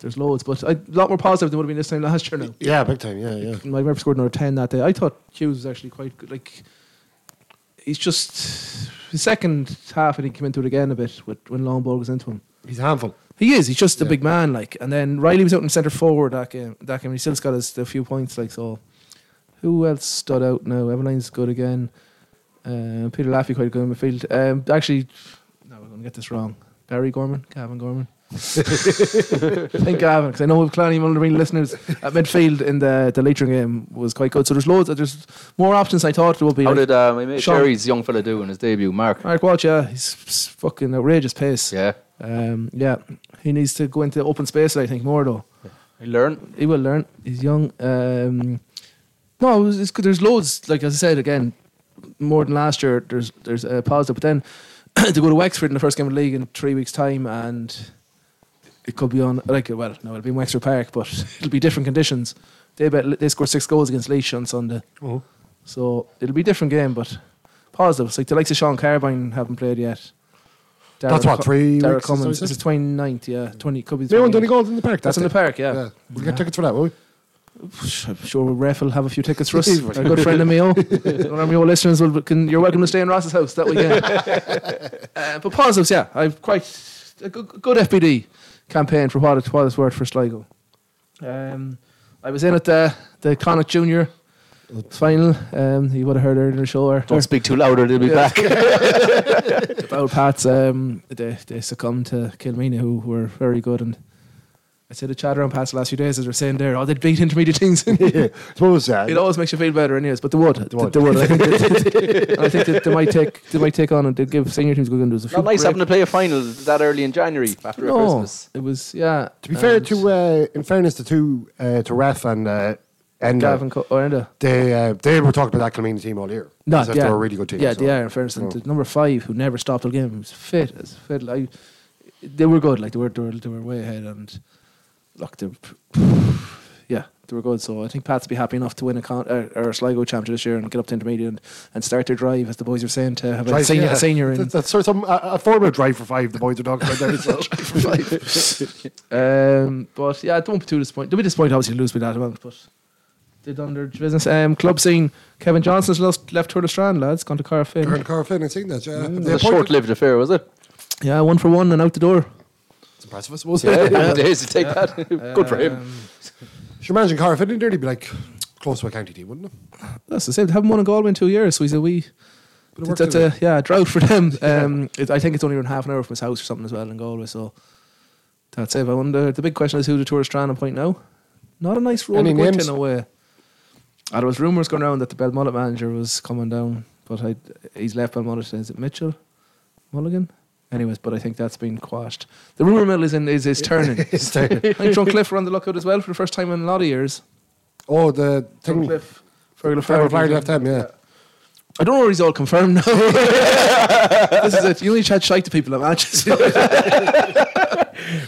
There's loads, but a lot more positive than would have been this time last year. Now, Yeah, big time. Yeah, yeah. my rep scored another 10 that day. I thought Hughes was actually quite good. Like, he's just his second half, and he came into it again a bit with, when long ball goes into him. He's handful. He is. He's just a big man, like. And then Riley was out in centre forward that game. That game, he still's got his a few points, like. So, who else stood out now? Eveline's good again. Uh, Peter Laffey quite good in midfield. Um, actually, no, we're going to get this wrong. Barry Gorman, Gavin Gorman. Thank Gavin, because I know Clanny one of the main listeners at midfield in the the Leitrim game was quite good. So there's loads. There's more options than I thought there would be. How Like, did uh, my mate Sean- Sherry's young fella do in his debut? Mark. Mark Walsh, yeah, he's s- fucking outrageous pace. Yeah. Um, yeah. He needs to go into open space, I think, more though. He learn. He will learn. He's young. Um, no, it was, it's good. There's loads. Like as I said again, more than last year. There's there's a positive, but then <clears throat> to go to Wexford in the first game of the league in three weeks' time, and it could be on like well, no, it'll be in Wexford Park, but <laughs> it'll be different conditions. They bet they scored six goals against Leash on Sunday, Oh. so it'll be a different game, but positive. It's like the likes of Sean Carbine haven't played yet. That's what, three Darragh weeks, is that what you Cummins. said? This is 29th, yeah. 20, could be They won 28th. Donegal in the park, that's That's in the it. park, yeah. We'll get tickets for that, will we? I'm sure Ref will have a few tickets for <laughs> us. He's Our good friend of Mayo. One of Mayo listeners will. Can, you're welcome to stay in Ross's house that weekend. <laughs> uh, but positives, yeah. I've quite a good, good FBD campaign for what it what it's worth for Sligo. Um, I was in at the the Connacht Junior final. Um, you would have heard earlier in the show. or- Don't speak too loud or they'll be Yeah. <laughs> back. the Bow Pats, um, they, they succumbed to Kilmina, who were very good. And I said a chat around Pats the last few days as they're saying there, oh, they'd beat intermediate <laughs> teams. yeah, suppose that. It always makes you feel better, anyways. But they would, they would. would. They, would. <laughs> I think, they, I think that they might take, they might take on and they give senior teams good into us. a few Not nice great- having to play a final that early in January after a No, Christmas. it was yeah. To be fair to, uh, in fairness to two, uh, to Ref and uh, Enda, Gavin Co- or Enda. they uh, they were talking about that Kilmeny team all year. No, As if yeah. they were a really good team. Yeah, so. they are. In fairness, and Mm. the number five who never stopped a game was fit as fit. Like, they were good. Like they were, they were, they were way ahead, and look, they, yeah, they were good. So I think Pat's be happy enough to win a con- or, or a Sligo championship this year and get up to intermediate and, and start their drive, as the boys are saying, to have a Drive, senior, yeah. a senior in. That- That's sort of some, uh, a form of drive for five. The boys are talking about there. <laughs> So. <laughs> um, but yeah, don't be too disappointed. Don't be disappointed. Obviously, to lose by that amount, but they've done their business. Um, club scene. Kevin Johnson's lost, left Tour de Strand, lads. Gone to Cara Finn. Aaron Carfin, I think that. Yeah, Mm. They It was a appointed- Short-lived affair, was it? Yeah, one for one and out the door. It's impressive, I suppose. <laughs> Yeah, days to take that. <laughs> Good for him. Should you imagine Carfin in there? He'd be like close to a county team, wouldn't it? That's the same. They haven't won a Galway in two years, so he's a wee. of work That's to a yeah drought <laughs> for them. Um, it, I think it's only around half an hour from his house or something as well in Galway. So that's it. I wonder. The big question is who the tourist strand on point now. Not a nice role Any to quit names? in a way. Ah, there was rumours going around that the Belmullet manager was coming down, but I, he's left Belmullet. Is it Mitchell Mulligan? Anyways, but I think that's been quashed. The rumour mill is in, is, is <laughs> turning. <laughs> It's <laughs> turning. I think Drumcliff are on the lookout as well for the first time in a lot of years. Oh, the thing. Drumcliff. Fergal Fergal O'Farrell O'Farrell. left them, yeah. I don't know where he's all confirmed now. <laughs> this is it. You only chat shite to people at matches. <laughs>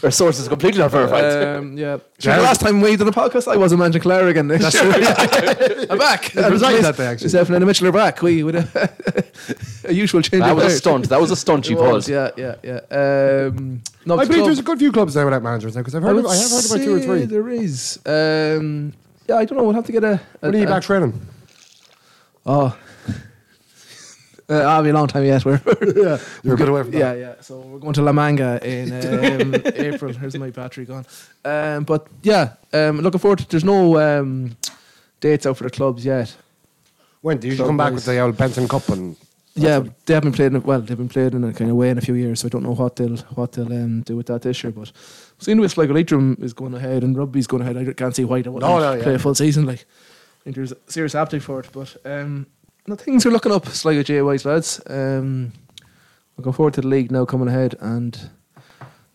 Our sources completely not verified. Um, yeah. Sure, the last time we did a podcast, I was a Magic Clare again. That's <laughs> <laughs> I'm back. It was like that day, actually. Myself and Anna Mitchell are back. We with a, a usual change. That of was a guard. stunt. That was a stunt you It was, pulled. Yeah, yeah, yeah. Um, no, I believe there's a good few clubs now without managers now because I've heard. Of, I have heard about two or three. There is. Um, yeah, I don't know. We'll have to get a. a When are you a- back training? Oh. <laughs> Uh, I'll be a long time yet. <laughs> We're, yeah, you're a bit away from that. Yeah, yeah. So we're going to La Manga in <laughs> um, April. Here's my battery gone. Um, but yeah, um, looking forward to There's no um, dates out for the clubs yet. When do you usually come back with the old Benson Cup and Yeah, they haven't played in it. Well, they've been played in a kind of way in a few years, so I don't know what they'll what they'll um, do with that this year. But seeing with like Leitrim is going ahead and rugby's going ahead, I can't see why they wouldn't No, no, play yeah. a full season. Like, I think there's serious appetite for it. But um, no, things are looking up, Sligo JY's lads. Um, looking forward to the league now coming ahead, and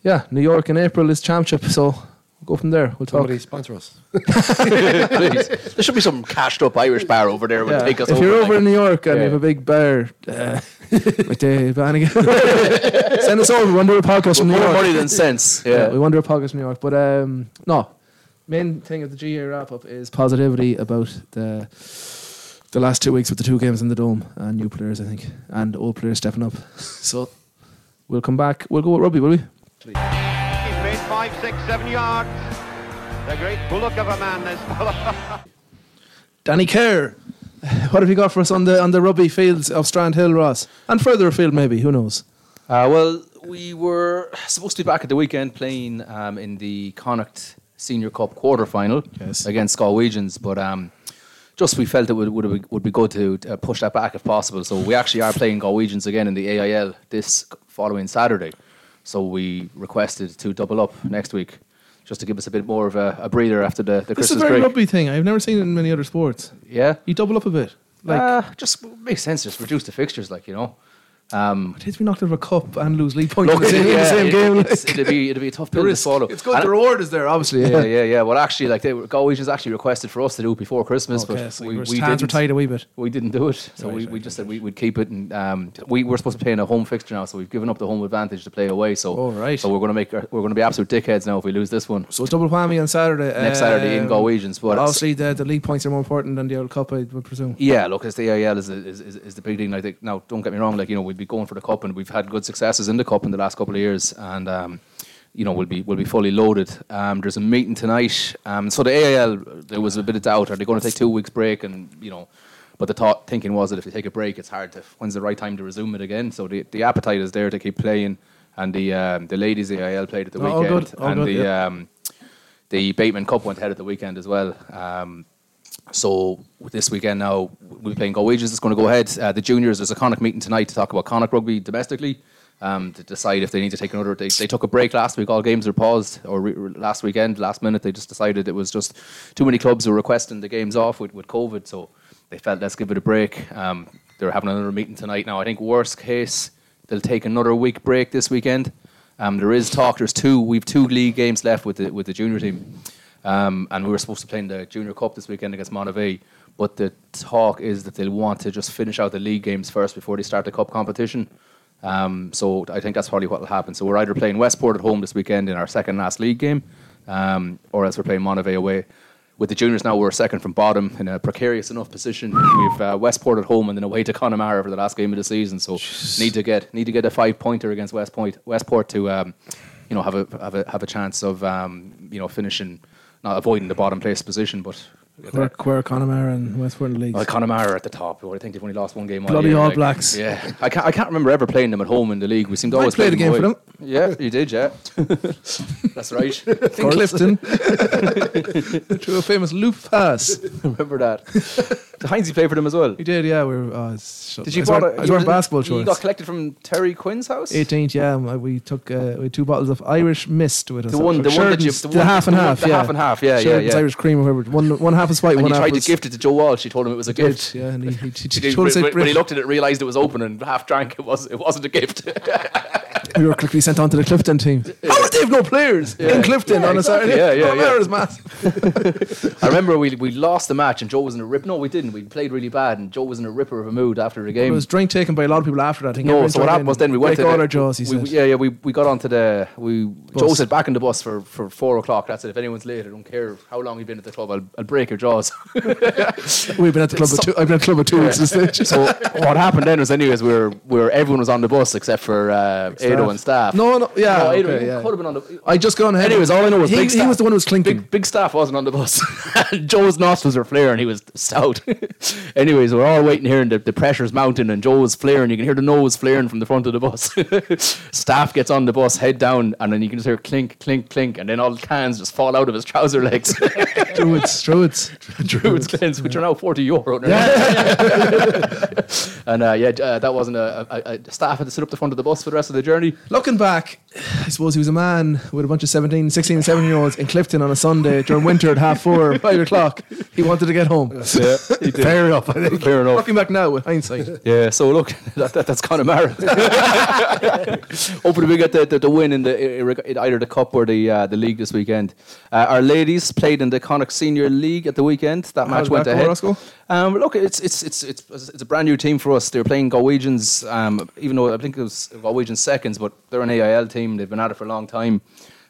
yeah, New York in April is championship, so we'll go from there. We'll talk. somebody sponsor us? <laughs> <laughs> Please. There should be some cashed up Irish bar over there. Would Yeah, take us if over. you're like- over in New York and Yeah. you have a big bear, uh, <laughs> with <laughs> Dave Bannigan, send us over. We wonder a podcast from New More York. money than sense. Yeah, Yeah. we wonder a podcast from New York. But um, no, main thing of the GA wrap up is positivity about the the last two weeks with the two games in the dome and new players, I think, and old players stepping up. So we'll come back. We'll go with rugby, will we? He's made five, six, seven yards. The great bullock of a man, this fella. <laughs> Danny Kerr. What have you got for us on the on the rugby fields of Strand Hill, Ross, and further afield maybe? Who knows? Uh, well, we were supposed to be back at the weekend playing um, in the Connacht Senior Cup quarter final against Galwegians, but um, just we felt it would, would, be, would be good to uh, push that back if possible. So we actually are playing Galwegians again in the AIL this following Saturday. So we requested to double up next week just to give us a bit more of a, a breather after the, the This is a Christmas very break. rugby thing. I've never seen it in many other sports. Yeah. You double up a bit. Like, uh, just makes sense. Just reduce the fixtures, like you know. Um, it is we knocked out of a cup and lose league points in the same, in the yeah, same it- game. it's- it'd be it'd be a tough pill to swallow. It's good. The reward is there, obviously. Yeah, yeah, yeah. Well, actually, like they were, Galwegians actually requested for us to do it before Christmas, Okay, but so we, your we hands were didn't. tied a wee bit. We didn't do it, so we, we just said we, we'd keep it, and um, we were supposed to play in a home fixture now, so we've given up the home advantage to play away. So, All right. so we're gonna make our, we're gonna be absolute dickheads now if we lose this one. So double whammy on Saturday. Next Saturday in um, Galwegians, but it's- obviously the, the league points are more important than the old cup, I would presume. Yeah, look, it's the AIL is, is, is, is the big thing. Like, they- now, don't get me wrong. Like, you know, we'd be going for the cup, and we've had good successes in the cup in the last couple of years, and um, you know, we'll be we'll be fully loaded. Um, there's a meeting tonight. Um, so the AIL, there was a bit of doubt. Are they going to take two weeks break? And you know, but the thought thinking was that if they take a break, it's hard to when's the right time to resume it again. So the the appetite is there to keep playing, and the um, the ladies AIL played at the Oh, all weekend, good, all and good, the yeah. um, the Bateman Cup went ahead at the weekend as well. Um, so this weekend now we'll be playing Go Wages. It's going to go ahead. Uh, the juniors there's a Connacht meeting tonight to talk about Connacht rugby domestically um, to decide if they need to take another. They, they took a break last week. All games are paused. Or re, re- last weekend, last minute, they just decided it was just too many clubs were requesting the games off with, with COVID. So they felt let's give it a break. Um, they're having another meeting tonight. Now I think worst case they'll take another week break this weekend. Um, there is talk. There's two. We've two league games left with the with the junior team, um, and we were supposed to play in the junior cup this weekend against Monterey. But the talk is that they'll want to just finish out the league games first before they start the cup competition. Um, so I think that's probably what will happen. So we're either playing Westport at home this weekend in our second last league game, um, or else we're playing Monterey away. With the juniors now, we're second from bottom in a precarious enough position. We've uh, Westport at home and then away to Connemara for the last game of the season. So need to get need to get a five pointer against West Point, Westport to um, you know have a have a have a chance of um, you know finishing not avoiding the bottom place position, but Where, where Connemara and Westport in the league. well, Connemara are at the top. I think they've only lost one game. all Bloody year, All like, Blacks. Yeah, I can't. I can't remember ever playing them at home in the league. We seemed to always play played a game away. Yeah, you did. Yeah, <laughs> that's <laughs> <laughs> right. In Clifton, through a famous loop pass. <laughs> Remember that? Heinz, you played for them as well. He did, yeah. We were, oh, it's- Did you I was bought wearing- a- I was you wearing was in- basketball You got shorts. collected from Terry Quinn's house. 18th, yeah. and We took uh, we had two bottles of Irish mist with us. The one- the one that you- Sheridan's- the the, one- half and the one- half, the yeah. half and half, yeah, yeah, Sheridan's yeah. Irish cream or whatever. One one half is white, And one you half tried was to gift it to Joe Walsh. He told him it was a gift. Yeah, and he, he, he, <laughs> He did- told when, us when- it when he <laughs> brilliant. looked at it, realized it was open and half drank. It was. It wasn't a gift. I We were quickly sent on to the Clifton team. How did they have no players in Clifton Yeah, on a exactly. Saturday? Yeah, yeah, no yeah. matters, Matt. <laughs> I remember we, we lost the match and Joe was in a rip. No, we didn't. We played really bad and Joe was in a ripper of a mood after the It game. was drink taken by a lot of people after that. I think No, everyone so what joined happened in. was then we went Break to all the, our jaws. He we- said. we- yeah, yeah. We, we got onto the we. Joe Bus. said back in the bus for, for four o'clock. That's it. If anyone's late, I don't care how long you've been at the club. I'll, I'll break your jaws. <laughs> We've been <laughs> at the club. At two, I've been at the club at two weeks Yeah. this stage. <laughs> so what happened then was, anyways, we were, we were everyone was on the bus except for uh, Ado and staff. No, no, yeah, no, Ado, okay, you yeah. could have been on the. I just gone ahead. Anyways, all I know was he, big he staff. was the one who was clinking. Big, big staff wasn't on the bus. <laughs> Joe's nostrils were flaring. He was stout. <laughs> Anyways, we're all waiting here, and the, the pressure's mounting, and Joe's flaring. You can hear the nose flaring from the front of the bus. <laughs> staff gets on the bus, head down, and then you can just hear clink, clink, clink, and then all the cans just fall out of his trouser legs. <laughs> <laughs> Druids, Druids, Druids cans, which are now forty euro. <laughs> and uh, yeah, uh, that wasn't a, a, a staff had to sit up the front of the bus for the rest of the journey. Looking back, I suppose he was a man with a bunch of 17, 16, 17 year olds in Clifton on a Sunday during winter at <laughs> half four, five o'clock. He wanted to get home. Yeah, he did. Fair enough. I think. Fair enough. Looking back now with <laughs> hindsight. Yeah, so look, <laughs> that, that, that's Connemara. Hopefully, we get the, the, the win in the in reg- in either the cup or the uh, the league this weekend. Uh, our ladies played in the Connacht Senior League at the weekend. That How match did went that go, ahead. Roscoe? Um, look, it's it's it's it's it's a brand new team for us. They're playing Galwegians, um, even though I think it was Galwegian seconds, but they're an AIL team. They've been at it for a long time.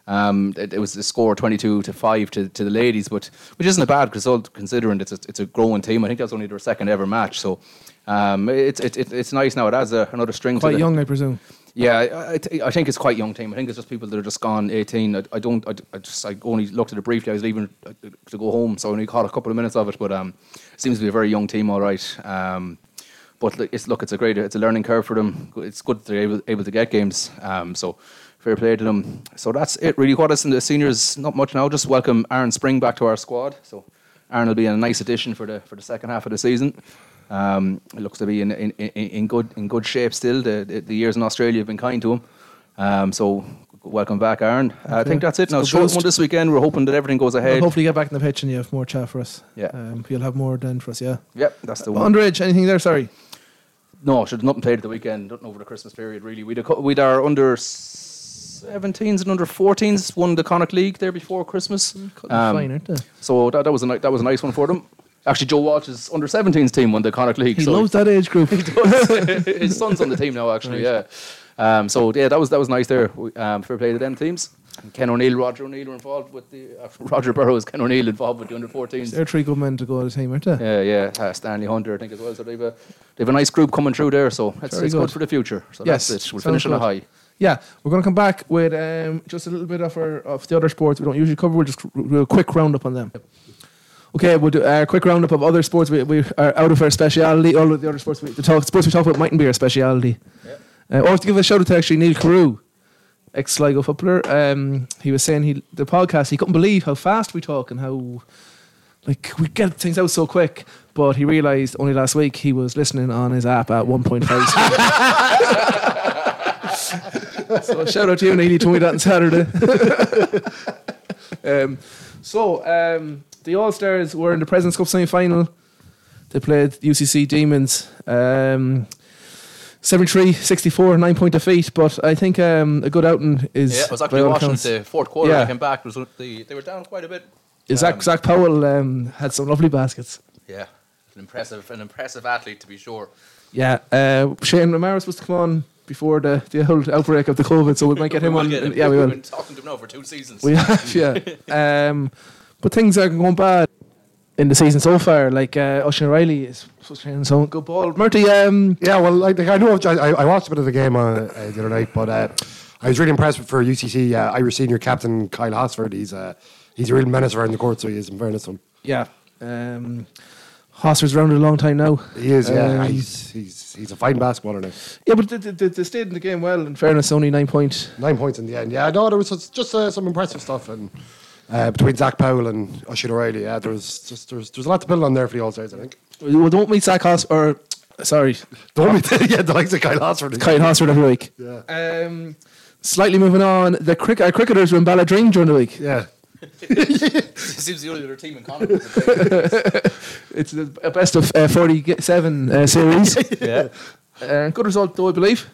Um, it, it was a score twenty-two to five to, to the ladies, but which isn't a bad result considering it's a, it's a growing team. I think that's only their second ever match, so um, it's it, it, it's nice now. It adds a, another string. to Quite the, young, I presume. yeah, I, I, th- I think it's quite young team. I think it's just people that are just gone 18. I, I don't. I, I just. I only looked at it briefly. I was leaving uh, to go home, so I only caught a couple of minutes of it. But um, it seems to be a very young team, all right. Um, but look, it's look, it's a great, it's a learning curve for them. It's good that they're able, able to get games. Um, so fair play to them. So that's it really. What is in the seniors? Not much now. Just welcome Aaron Spring back to our squad. So Aaron will be a nice addition for the for the second half of the season. Um, it looks to be in, in, in, in good in good shape still. The, the, the years in Australia have been kind to him. Um, so welcome back, Aaron. Uh, I Okay. think that's it. It's Now good short boost. one this weekend. We're hoping that everything goes ahead. Well, hopefully, you get back in the pitch and you have more chat for us. Yeah. Um, you'll have more then for us, yeah. Yep, that's the Uh, one. Underage, anything there? Sorry. No, should have nothing played at the weekend, nothing over the Christmas period, really. We'd, a cou- we'd our under 17s and under 14s won the Connacht League there before Christmas. Um, fine, aren't they? So that, that, was a, ni- that was a nice one for them. Actually, Joe Walsh's under 17s team won the Connacht League. He so loves that age group. <laughs> His son's on the team now, actually, yeah. Um, so, yeah, that was, that was nice there. We- Um, fair play to them teams. Ken O'Neill, Roger O'Neill were involved <laughs> with the. Uh, Roger Burrows, Ken O'Neill involved with the under 14s. They're three good men to go to the team, aren't they? Yeah, yeah, uh, Stanley Hunter, I think as well. So they've a they've a nice group coming through there. So it's, Very it's good. good. for the future. So that's it. We'll sounds finish on a good. high. Yeah, we're going to come back with um, just a little bit of our, of the other sports we don't usually cover. We'll just r- do a quick roundup on them. Okay, we'll do a quick roundup of other sports we, we are out of our speciality. All of the other sports we the talk, sports we talk about mightn't be our speciality. Uh, or to give a shout out to actually Neil Carew, ex Sligo footballer. Um, he was saying he the podcast he couldn't believe how fast we talk and how like we get things out so quick. But he realised only last week he was listening on his app at 1.5 speed. uh, so shout out to you, Neil. You told me that <laughs> on Saturday. um, so um, the All Stars were in the Presidents Cup semi final. They played UCC Demons. Um, 73 64 nine point defeat but I think um, a good outing is Yeah, I was by actually all watching accounts- the fourth quarter. yeah. I came back. Um, Was the, they were down quite a bit. Zach, Zach Powell um, had some lovely baskets Yeah, an impressive an impressive athlete to be sure. yeah uh, Shane Romero was supposed to come on before the, the whole outbreak of the COVID so we might get him We'll on get him. yeah we We've will been talking to him now for two seasons. We <laughs> have, yeah. Um, but things are going bad in the season so far. Like uh, Ocean Riley is playing so good ball. Murty, um, yeah, well, like, like I know I've- I, I watched a bit of the game uh, uh, the other night, but uh, I was really impressed with for UCC uh, Irish senior captain Kyle Hosford. He's uh, he's a real menace around the court, so he is in fairness to him. Yeah. Um, Hosser's around a long time now. He is, yeah. Um, He's he's he's a fine basketballer now. yeah, but they, they, they <laughs> stayed in the game well. In fairness, only nine point. Nine points in the end. Yeah, no, there was just- just uh, some impressive stuff and. Uh, between Zach Powell and Oshie O'Reilly, yeah, there's just there's there's a lot to build on there for the All Stars, I think. Well, don't meet Zach Hos or sorry, don't <laughs> meet yeah the likes of Kyle Hosford. Kyle Hosford every week. Yeah. Um, slightly moving on, the crick- our cricketers were in Balladream during the week. Yeah. it seems the only other team in Connacht. <laughs> <laughs> it's the a best of <laughs> <laughs> uh, 47 uh, series. yeah. Uh, good result, though, I believe.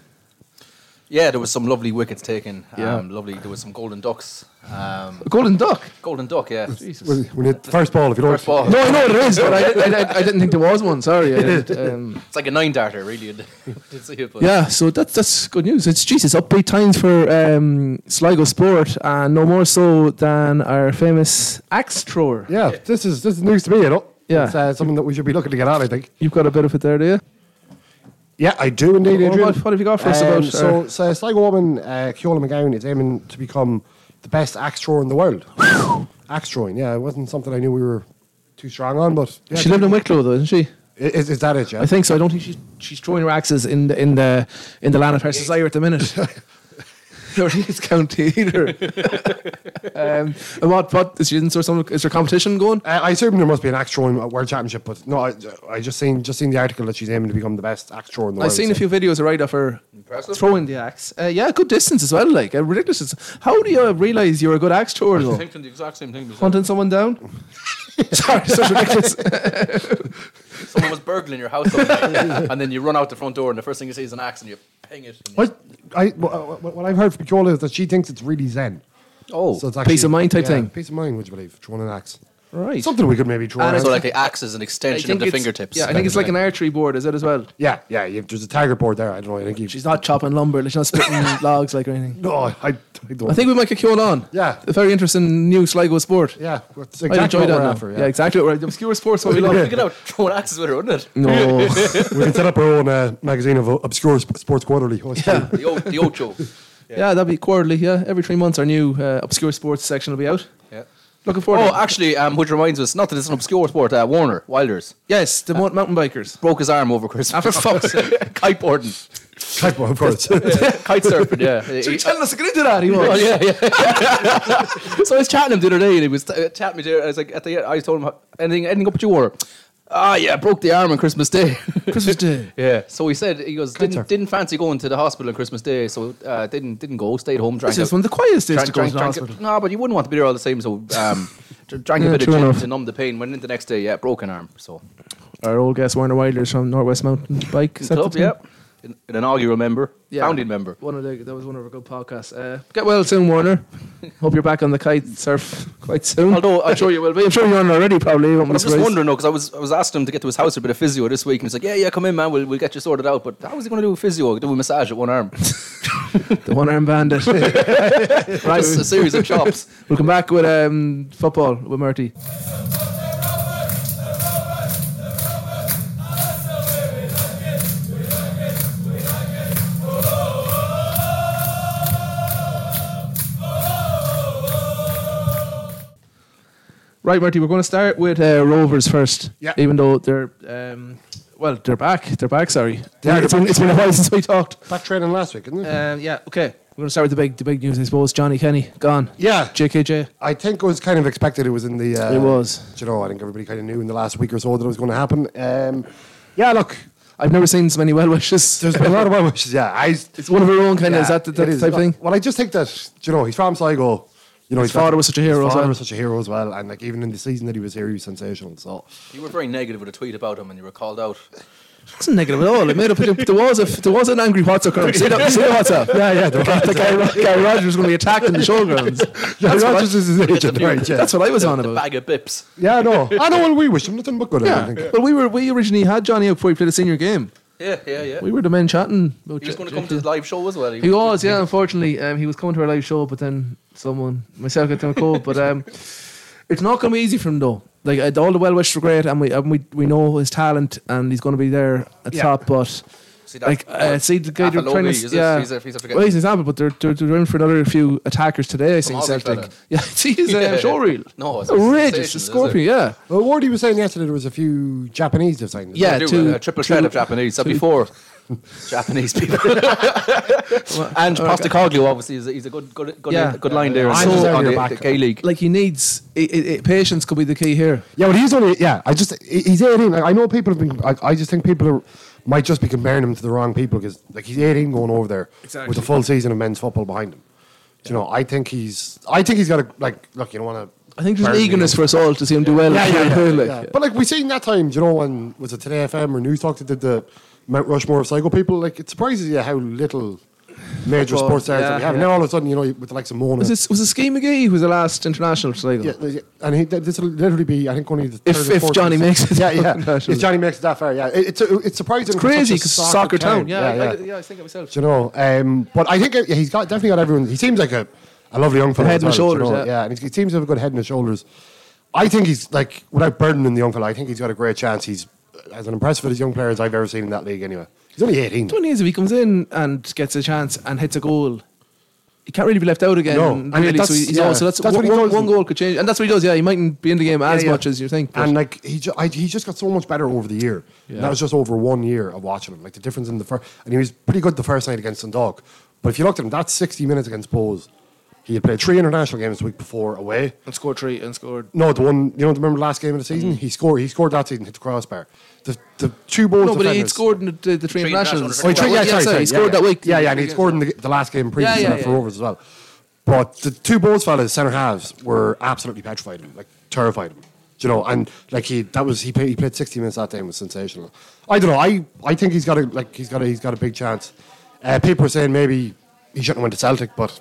Yeah, there was some lovely wickets taken. Um, Yeah. Lovely. There was some golden ducks. Um, A golden duck? Golden duck. Yeah. <laughs> When, when it, first ball, if you don't. First ball. No, I know what it <laughs> is, but I, did- Uh, I, I, I didn't think there was one. <laughs> Sorry. I didn't, um, it's like a nine darter, really. <laughs> Didn't see it, but- Yeah, so that's that's good news. It's Jesus upbeat times for um, Sligo Sport, and no more so than our famous axe thrower. Yeah, this is this is news to me. You know, Yeah. it's uh, something that we should be looking to get at. I think. You've got a bit of it there, do you? Yeah, I do indeed, Well, Adrian. what- what have you got for us Um, about, uh, So, so Sligo woman uh, Keola McGowan is aiming to become the best axe thrower in the <laughs> world. axe throwing, yeah, it wasn't something I knew we were too strong on, but yeah, she lived in Wicklow, though, didn't she? Is, is that it? Yeah, I think so. I don't think she's she's throwing her axes in the in the in the land of her desire at the <laughs> minute. Or it's county either. <laughs> um, and what, what is, she in, so some, is there competition going? Uh, I assume there must be an axe throwing uh, world championship, but no, I, I just seen just seen the article that she's aiming to become the best axe thrower in the I've world. seen a few videos right of her throwing the axe. Uh, yeah, good distance as well. Like uh, ridiculous. distance. How do you realize you're a good axe thrower I though? was thinking the exact same thing. Hunting <laughs> someone down. Sorry, so ridiculous. <laughs> <laughs> Someone was burgling your house, one night, and then you run out the front door, and the first thing you see is an axe, and you ping it. What I wha- wha- what, I've heard from Keola is that she thinks it's really zen. Oh, so it's peace of mind type thing. Peace of mind, would you believe? Throwing an axe, Right. Something we could maybe throw. And an so like axe. the axe is an extension of the it's- fingertips. Yeah, I think it's <laughs> like an archery board. Is it as well? Yeah, yeah. You, there's a tiger board there. I don't know. I think you, She's not chopping lumber. like, She's <laughs> not splitting logs like or anything. No, I, I don't. I think we might get Keola on. Yeah. A very interesting new Sligo sport. Yeah. That's I exactly enjoyed what that. we're now. after, yeah. yeah. exactly. Right. The obscure sports what we We love. love <laughs> figured out throwing axes with her, wouldn't it? <laughs> No. we can set up our own uh, magazine of obscure sp- sports <laughs> quarterly. Oh, it's the old, the old joke. Yeah. that'd be quarterly. Yeah, every three months our new uh, obscure sports section will be out. Yeah. Looking forward. Oh, to it. actually, um, which reminds us, not that it's an obscure sport. Uh, Warner Wilders yes, the mount mountain bikers broke his arm over Christmas. After <laughs> fuck's sake. <laughs> kiteboarding, Type of <laughs> <laughs> course. kite surfing. Yeah, So He- you're telling us to get into that, he was. Oh, yeah, yeah. <laughs> so I was chatting him the other day, and he was uh, chatting me there. I was like, at the end, I told him anything, anything up with you order. Ah, yeah, broke the arm on Christmas Day. <laughs> Christmas Day. yeah. So he said he goes didn't, surf. didn't fancy going to the hospital on Christmas Day, so uh, didn't didn't go. Stayed home, drank. This is a- one of the quietest days drank- to go drank- to the drank a- hospital. No, but you wouldn't want to be there all the same. So <laughs> um, dr- drank Yeah, a bit of true gin enough. to numb the pain. Went in the next day, yeah, broken arm. So Our old guest Warner Wilders from Northwest Mountain Bike is that the club, team? yeah. An an inaugural member, Yeah. founding member. One of the, that was one of our good podcasts. Uh, get well soon, Warner. Hope you're back on the kite surf quite soon. Although, I- I'm sure you will be. I'm sure you're on already. Probably. Won't be But I'm just surprised. wondering though, because I was I was asking him to get to his house for a bit of physio this week, and he's like, "Yeah, yeah, come in, man. We'll, we'll get you sorted out." But how was he going to do physio? Do a massage at one <laughs> arm? The one arm bandit. <laughs> right. <laughs> Just a series of chops. <laughs> We'll come back with um, football with Murty. Right, Murty, we're going to start with uh, Rovers first. Yeah. Even though they're, um, well, they're back. They're back, sorry. They are. it's, been, it's been a while <laughs> since we talked. Back training last week, isn't it? Um, yeah, okay. We're going to start with the big, the big news, I suppose. Johnny Kenny, gone. yeah, JKJ. I think it was kind of expected. It was in the. Uh, It was. You know, I think everybody kind of knew in the last week or so that it was going to happen. Um, yeah, look, I've never seen so many well <laughs> wishes. there's been a lot of well wishes. Yeah, <laughs> I, it's one of our own kind of- is that the- that type thing? Well, I just think that you know he's from Sligo. You know, His he's got- father was such a hero His as father well. was such a hero as well, and like even in the season that he was here, he was sensational. So You were very negative with a tweet about him, and you were called <laughs> out. wasn't negative at all. It made up. There was a there was an angry WhatsApp group. See that? See <laughs> the WhatsApp? Yeah, yeah, there The guy, the guy, Ro- guy Rogers was going to be attacked in <laughs> the showgrounds. yeah, That's what I- Rogers is his agent, right? Yeah, That's what I was the, on the about. bag of bips. yeah, no, I know. Well, we wish him nothing but good. I Yeah. think. Well, we were we originally had Johnny out before he played a senior game. Yeah, yeah, yeah. We were the men chatting. About he was going to J- come J- to the live show as well. He was, yeah. Unfortunately, um, he was coming to our live show, but then someone, myself, got them a cold. But um, it's not going to be easy for him though. Like uh, all the well wishes are great, and we and we we know his talent, and he's going to be there at Yeah. top. But See, that's- like, uh, see the guy they're Afalobi, trying to, is it? yeah. He's a- he's a forget- well, he's an example, but they're they're, they're in for another few attackers today. I think Aussie Celtic. fella. <laughs> Yeah, see <laughs> his um, Yeah. show reel. No, it's a outrageous. sensation, The is it? Scorpion, yeah, Well, Wardy was saying yesterday there was a few Japanese have signed. yeah. I do, two- a triple two- threat of Japanese. That'd be <laughs> four Japanese people. and Postacoglu, obviously, is a, he's a good, good, good, Yeah. good line there. I'm on just the- on on your the, back. the K League. Like he needs it, it, it, patience could be the key here. Yeah, but he's only yeah. I just he- he's eighteen. Like, I know people have been. I, I just think people are might just be comparing him to the wrong people because like he's eighteen going over there Exactly. with a full season of men's football behind him. Do You know, I think he's. I think he's got a like. Look, you don't want to. I think there's an eagerness for us all to see him do well. Yeah, yeah, yeah, <laughs> Like, yeah. But like we seen that time, do you know, when was it Today FM or News Talk that did the Mount Rushmore of Psycho people? Like it surprises you how little major Football, sports stars that we yeah, have. yeah. Now all of a sudden, you know, with the likes of Mona. Was this was it Ski McGee who was the last international for Sligo? Yeah, yeah, and he, this will literally be, I think, only the If- third or if fourth Johnny season. makes it. yeah, <laughs> yeah. National. If Johnny makes it that far, yeah, It- it's it's surprising. It's for such a crazy 'cause soccer, town. Yeah, I, I, yeah, I think it myself. Do you know? Um, but I think uh, he's got definitely got everyone. He seems like a, a lovely young fellow. Head and as well, do you shoulders, know? yeah. and he, he seems to have a good head and shoulders. I think he's like without burdening the young fella. I think he's got a great chance. He's as an impressive as young player as I've ever seen in that league. Anyway, he's only eighteen. Twenty years if he comes in and gets a chance and hits a goal, he can't really be left out again. No, and really, that's- so he's yeah, also that's, that's what one, he does. one goal could change, and that's what he does. Yeah, he mightn't be in the game as Yeah, yeah. much as you think. but- And like he, ju- I, he just got so much better over the year. And Yeah. that was just over one year of watching him. Like the difference in the first, and he was pretty good the first night against Dundalk. But if you looked at him, that's sixty minutes against Bowes. He had played three international games the week before away. and scored three and scored. No, the one you know, remember last game of the season, Mm. he scored. He scored that season, hit the crossbar. The the two Bowes no, but he defenders. he'd scored in the, the, the three internationals. Oh, he tri- yeah, sorry, sorry, he yeah, scored yeah. that week. Yeah, yeah, and he scored in the, the last game previous Yeah, to yeah, that for yeah. overs as well. But the two Bulls fellas, centre halves, were absolutely petrified him, like terrified him. Do you know? And like he, that was he played. He played sixty minutes that day and was sensational. I don't know. I, I think he's got a like he's got a, he's got a big chance. Uh, people are saying maybe he shouldn't have went to Celtic, but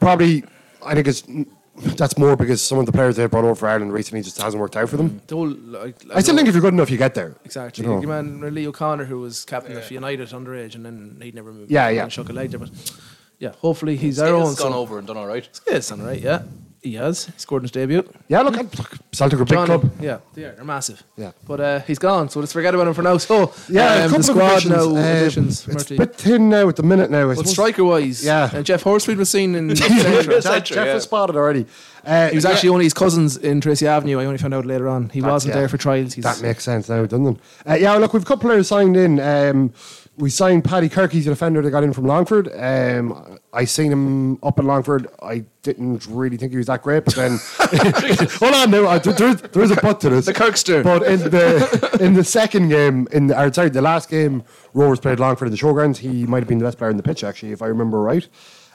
probably I think it's that's more because some of the players they've brought over for Ireland recently just hasn't worked out for them. The whole, like, I still think if you're good enough, you get there. Mm. Exactly. You know. Your man Lee O'Connor, who was captain of United underage, and then he never moved. Yeah, on yeah. and Shook a leg there, but yeah, hopefully he's Skid's our own. gone so- over and done all right. Skid's done right. Yeah, he has. He scored in his debut. Yeah, look, I- look Celtic are a big Johnny- club. Yeah, they are. They're massive. Yeah. But uh, he's gone, so let's forget about him for now. <laughs> So Yeah, a couple um, the of squad additions. now. Um, additions, it's Murty. a bit thin now at the minute now. I Well, suppose. striker wise, yeah. And Jeff Horsfield was <laughs> seen in. Jeff, Jeff was spotted already. Uh, He was actually one of his cousins in Tracy Avenue. I only found out later on. He wasn't yeah. there for trials. He's That makes sense now, doesn't it? Uh, yeah, look, we've a couple players signed in. Um, we signed Paddy Kirk, he's a defender that got in from Longford. Um, I seen him up in Longford. I didn't really think he was that great, but then <laughs> hold on now. I- There is, there is a but to this. The Kirkster. But in the in the second game, in the, or sorry, the last game, Rovers played Longford in the showgrounds. He might have been the best player in the pitch, actually, if I remember right.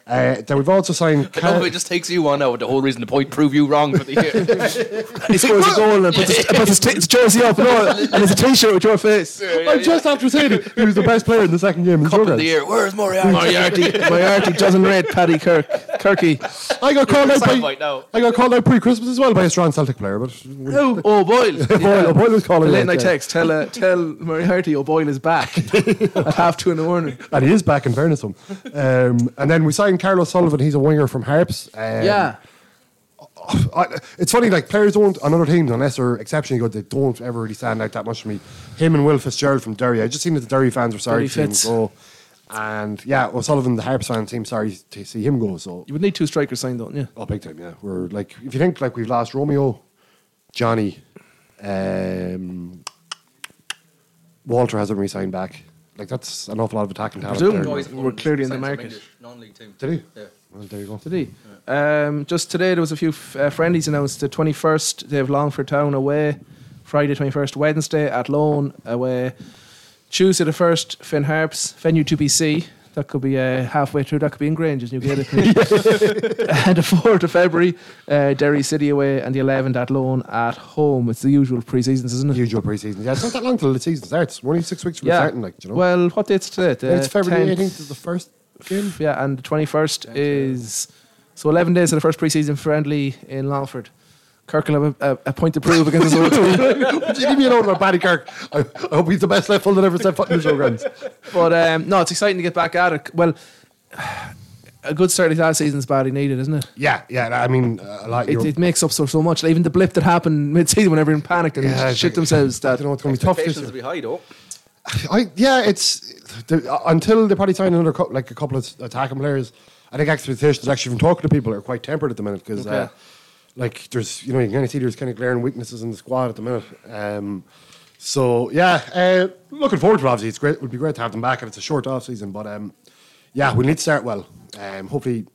Uh, then we've also signed. I know it just takes you on now with the whole reason to point prove you wrong for the <laughs> year. he scores a goal and puts his, puts his, t- his jersey up and, all, and it's a t-shirt with your face. I just after saying it, he was the best player in the second game in the the year. Where's Moriarty? Moriarty, Moriarty doesn't rate Paddy Kirk, Kirky. I got called out by, Soundbite now. I got called out pre-Christmas as well by a strong Celtic player, but No, <laughs> <laughs> oh Boyle. Boyle- Boyle was calling The late out, night yeah. text. Tell uh, tell Moriarty, oh Boyle <laughs> is back at half two in the morning. and he is back in fairness to him. Um, and then we signed Carlos Sullivan. He's a winger from Harps. Um, yeah, I, it's funny like players don't on other teams unless they're exceptionally good. They don't ever really stand out that much to me. Him and Will Fitzgerald from Derry. I just seen that the Derry fans were sorry Derry to see him Fitz. go. And yeah, O'Sullivan, the Harps fans, seem sorry to see him go. So you would need two strikers signed, don't you? Oh, big time, yeah. We're like, if you think like we've lost Romeo, Johnny, um, Walter hasn't re-signed back. Like that's an awful lot of attacking talent. presume there. guys were clearly in the market. Non-league team. Did he? Yeah. Well, there you go. Did he? Um, just today, there was a few f- uh, friendlies announced. The twenty first, they have Longford Town away. Friday twenty first, Wednesday at Lone away. Tuesday the first, Finn Harps, venue two BC. That could be uh, halfway through. That could be in Grange, <laughs> New Gaelic. and the fourth of February, uh, Derry City away, and the eleventh at Lone at home. It's the usual pre-seasons, isn't it? Usual pre-season. Yeah, it's not that long till the season starts. We're only six weeks from Yeah. starting, like do you know. Well, what date's today? The it's February 10th. eighteenth is the first <laughs> game. Yeah, and the 21st is so 11 days of the first preseason friendly in Longford. Kirk will have a, a, a point to prove <laughs> against his <laughs> old team. Leave me alone about Paddy Kirk. I, I hope he's the best left full that ever set foot in the showgrounds. But um, no, it's exciting to get back at it. Well, a good start like last season's badly needed, isn't it? Yeah, yeah. I mean, uh, a lot. It, it makes up so, so much. Like, even the blip that happened mid-season when everyone panicked and Yeah, it's shit like- themselves. That you know it's going to be tough this Patience year. will be high though. I yeah, it's the, until they probably sign another cou- like a couple of attacking players. I think expectations actually from talking to people are quite tempered at the minute because uh, Okay. like there's you know you can kind of see there's kind of glaring weaknesses in the squad at the minute. Um, so yeah, uh, looking forward to it, obviously it's great. It would be great to have them back, and it's a short off season, but um, yeah, we need to start well. Um, hopefully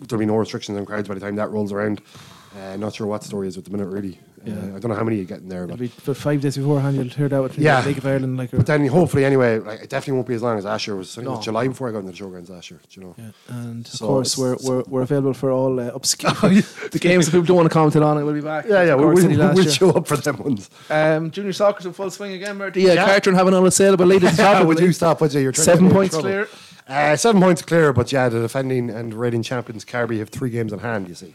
there'll be no restrictions on crowds by the time that rolls around. Uh, not sure what the story is at the minute really. Yeah. Uh, I don't know how many you get in there, but It'll be for five days beforehand, you'll hear that with the Yeah. League of Ireland. Like, or, but then hopefully anyway, like, it definitely won't be as long as last year. It was, I think it was No. July before I got into the showgrounds last year. Do you know? and of So course, it's- we're, we're, we're available for all uh, <laughs> obscure <laughs> the games that people don't want to comment on. It will be back. Yeah, yeah, Of we, course, we, City last we'll year. show up for them ones. Um, junior soccer's in full swing again, Murty. Yeah, Yeah. <laughs> Carter and uh, having on a sale, but lead at the top. of the Would you league. stop? Would you? You're trying to get Seven me in points trouble. clear. Uh, seven points clear, but yeah, the defending and reigning champions Carby have three games in hand. You see,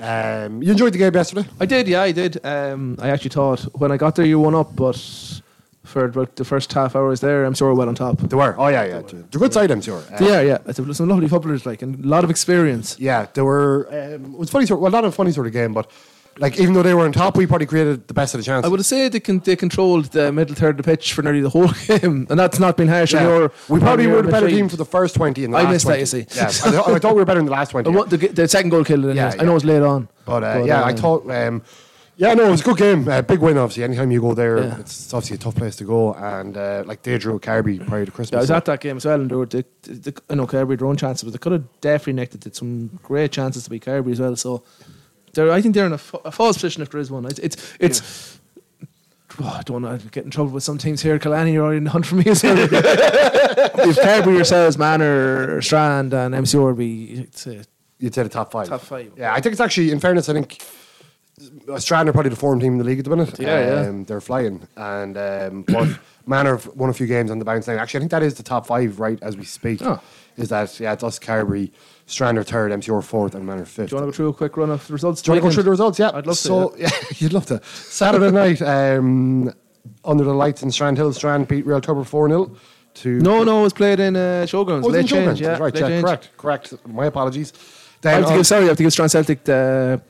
um, you enjoyed the game yesterday. I did, yeah, I did. Um, I actually thought when I got there, you won up, but for about the first half hours there, I'm sure well on top. They were. Oh yeah, yeah. They're good side, I'm sure. Uh, yeah, yeah. It's a- some lovely footballers, like, and a lot of experience. Yeah, there were. Um, it was funny sort. Well, not a funny sort of game, but like even though they were on top, we probably created the best of the chance. I would say they can they controlled the middle third of the pitch for nearly the whole <laughs> game, and that's not been harsh. on Yeah. your- we probably on your were the better midfield. team for the first twenty. And the I last missed 20. that, you see. Yeah, I, thought- I <laughs> thought we were better in the <laughs> last twenty. The, one- the, g- the second goal killed it. Yeah, Yeah, I know it was late on. But, uh, yeah, I thought. Um, yeah, no, it was a good game. Uh, big win, obviously. Anytime you go there, Yeah. it's obviously a tough place to go. And uh, like they drew Carby prior to Christmas. Yeah, I was so- at that game as well, and they were, they, they, I know Kirby had their own chances, but they could have definitely nicked it. Did some great chances to be Kirby as well. So, they're, I think they're in a, fa- a false position if there is one. It's it's, it's Oh, <sighs> I don't want to get in trouble with some teams here. Kalani, you're already in the hunt for me <laughs> <laughs> as well. if Kirby yourselves, Manor, Strand, and MCO would be, it's a, you'd say the top five. Top five. Yeah, I think it's actually, in fairness, I think uh, Strand are probably the form team in the league at the minute. Yeah, yeah. um, They're flying. And um, <coughs> but Manor have won a few games on the bounce now. Actually, I think that is the top five right as we speak. Oh. Is that, yeah, it's us, Carberry, Strand are third, MCR fourth, and Manor fifth. do you want to go through a quick run of the results? Do you want to go through the results? Yeah, I'd love so, to. <laughs> Yeah, <laughs> you'd love to. Saturday night, um, under the lights in Strand Hill, Strand beat Real Tubber four 0 to No, no, it was played in uh, Showgrounds. Oh, it's in Late change, Showgrounds, yeah, right? late Yeah, change. correct, correct. My apologies. I Then have to on- give, sorry, I have to give Strand Celtic the,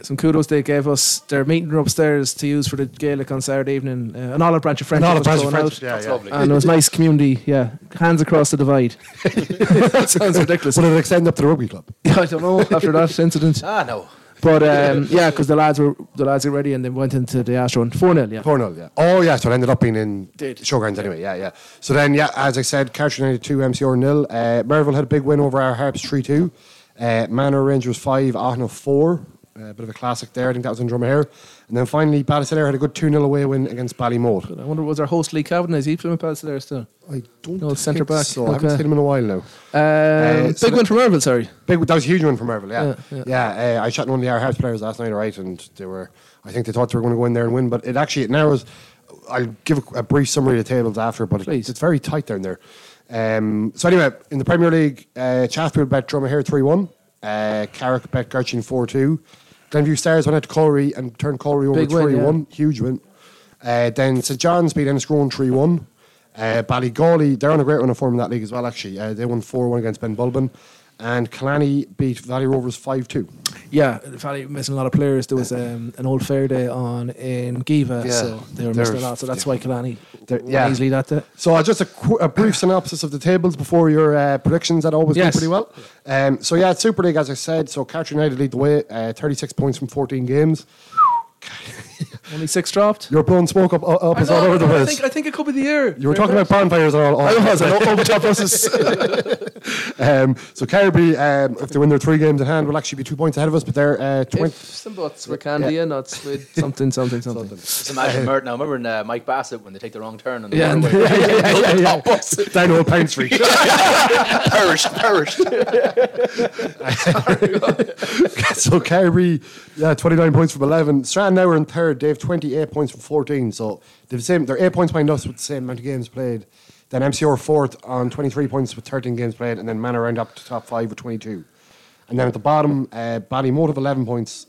some kudos they gave us. Their meeting room upstairs to use for the Gaelic on Saturday evening. Uh, an olive branch of friendship An olive was branch of thrown friendship, out. yeah, That's yeah. lovely. And it was nice <laughs> community, yeah. Hands across the divide. that sounds <laughs> ridiculous. <laughs> Will it extend up to the rugby club? I don't know after that incident. Ah, no. But um, yeah, because the lads were the lads are ready and they went into the Astro and 4 0, yeah. 4 0, yeah. Oh, yeah, so it ended up being in Did. Showgrounds anyway, yeah, yeah. So then, yeah, as I said, Cartridge 92, MCR nil. Uh, Merville had a big win over our Harps 3 2. Uh, Manor Rangers 5, Ahna 4. A uh, bit of a classic there. I think that was in Drumahare. And then finally, Ballysallair had a good 2 0 away win against Ballymore. I wonder, was our host Lee Cavan? Is he playing with Ballysallair still? I don't No, Oh, centre back. So I haven't seen him in a while now. Um, Uh, big so win for Merville, sorry. Big, that was a huge one for Merville, yeah. Yeah, Yeah, uh, I shot one of the Our House players last night, right? And they were, I think they thought they were going to go in there and win, but it actually, it narrows. I'll give a, a brief summary of the tables after, but it, it's very tight down there. Um, so, anyway, in the Premier League, uh, Chathfield bet Drumahare 3 1, uh, Carrick bet Garchin 4 2. Glenview Stars went out to Colry and turned Colry over Big win, 3 yeah. 1. Huge win. Uh, then St John's beat Enniscrone 3 1. Uh, Ballygawley, they're on a great run of form in that league as well, actually. Uh, they won 4 1 against Ben Bulbin. And Kalani beat Valley Rovers 5 2. Yeah, the Valley missing a lot of players. There was um, an old fair day on in Giva, Yeah. so they were There's- missing a lot. So that's why Kalani yeah. easily that day. So, uh, just a, qu- a brief synopsis of the tables before your uh, predictions that always Yes. do pretty well. Um, so, yeah, it's Super League, as I said. So, Catch United lead the way, uh, 36 points from 14 games. <laughs> Only six dropped. You're blowing smoke up, up us all over the I place. think, I think it could be the year. You were talking about bonfires and all. all I was, <laughs> I know, over top buses. um, so Carby, um, if they win their three games in hand, will actually be two points ahead of us. But they're uh, twen- Some butts were candy and nuts with something, something, something. Just imagine Mert now. Remember in uh, Mike Bassett when they take the wrong turn on the <laughs> Yeah, motorway? <laughs> yeah, yeah, yeah, yeah, <laughs> yeah. Top bus. down old Pine Street. <laughs> perished, perished. <laughs> so Carby, yeah, twenty nine points from eleven. Strand now are in third. They have twenty eight points from fourteen. So they're the same. They're eight points behind us with the same amount of games played. Then MCR fourth on twenty three points with thirteen games played, and then Manor round up to top five with twenty two. And then at the bottom, uh, Ballymote have eleven points.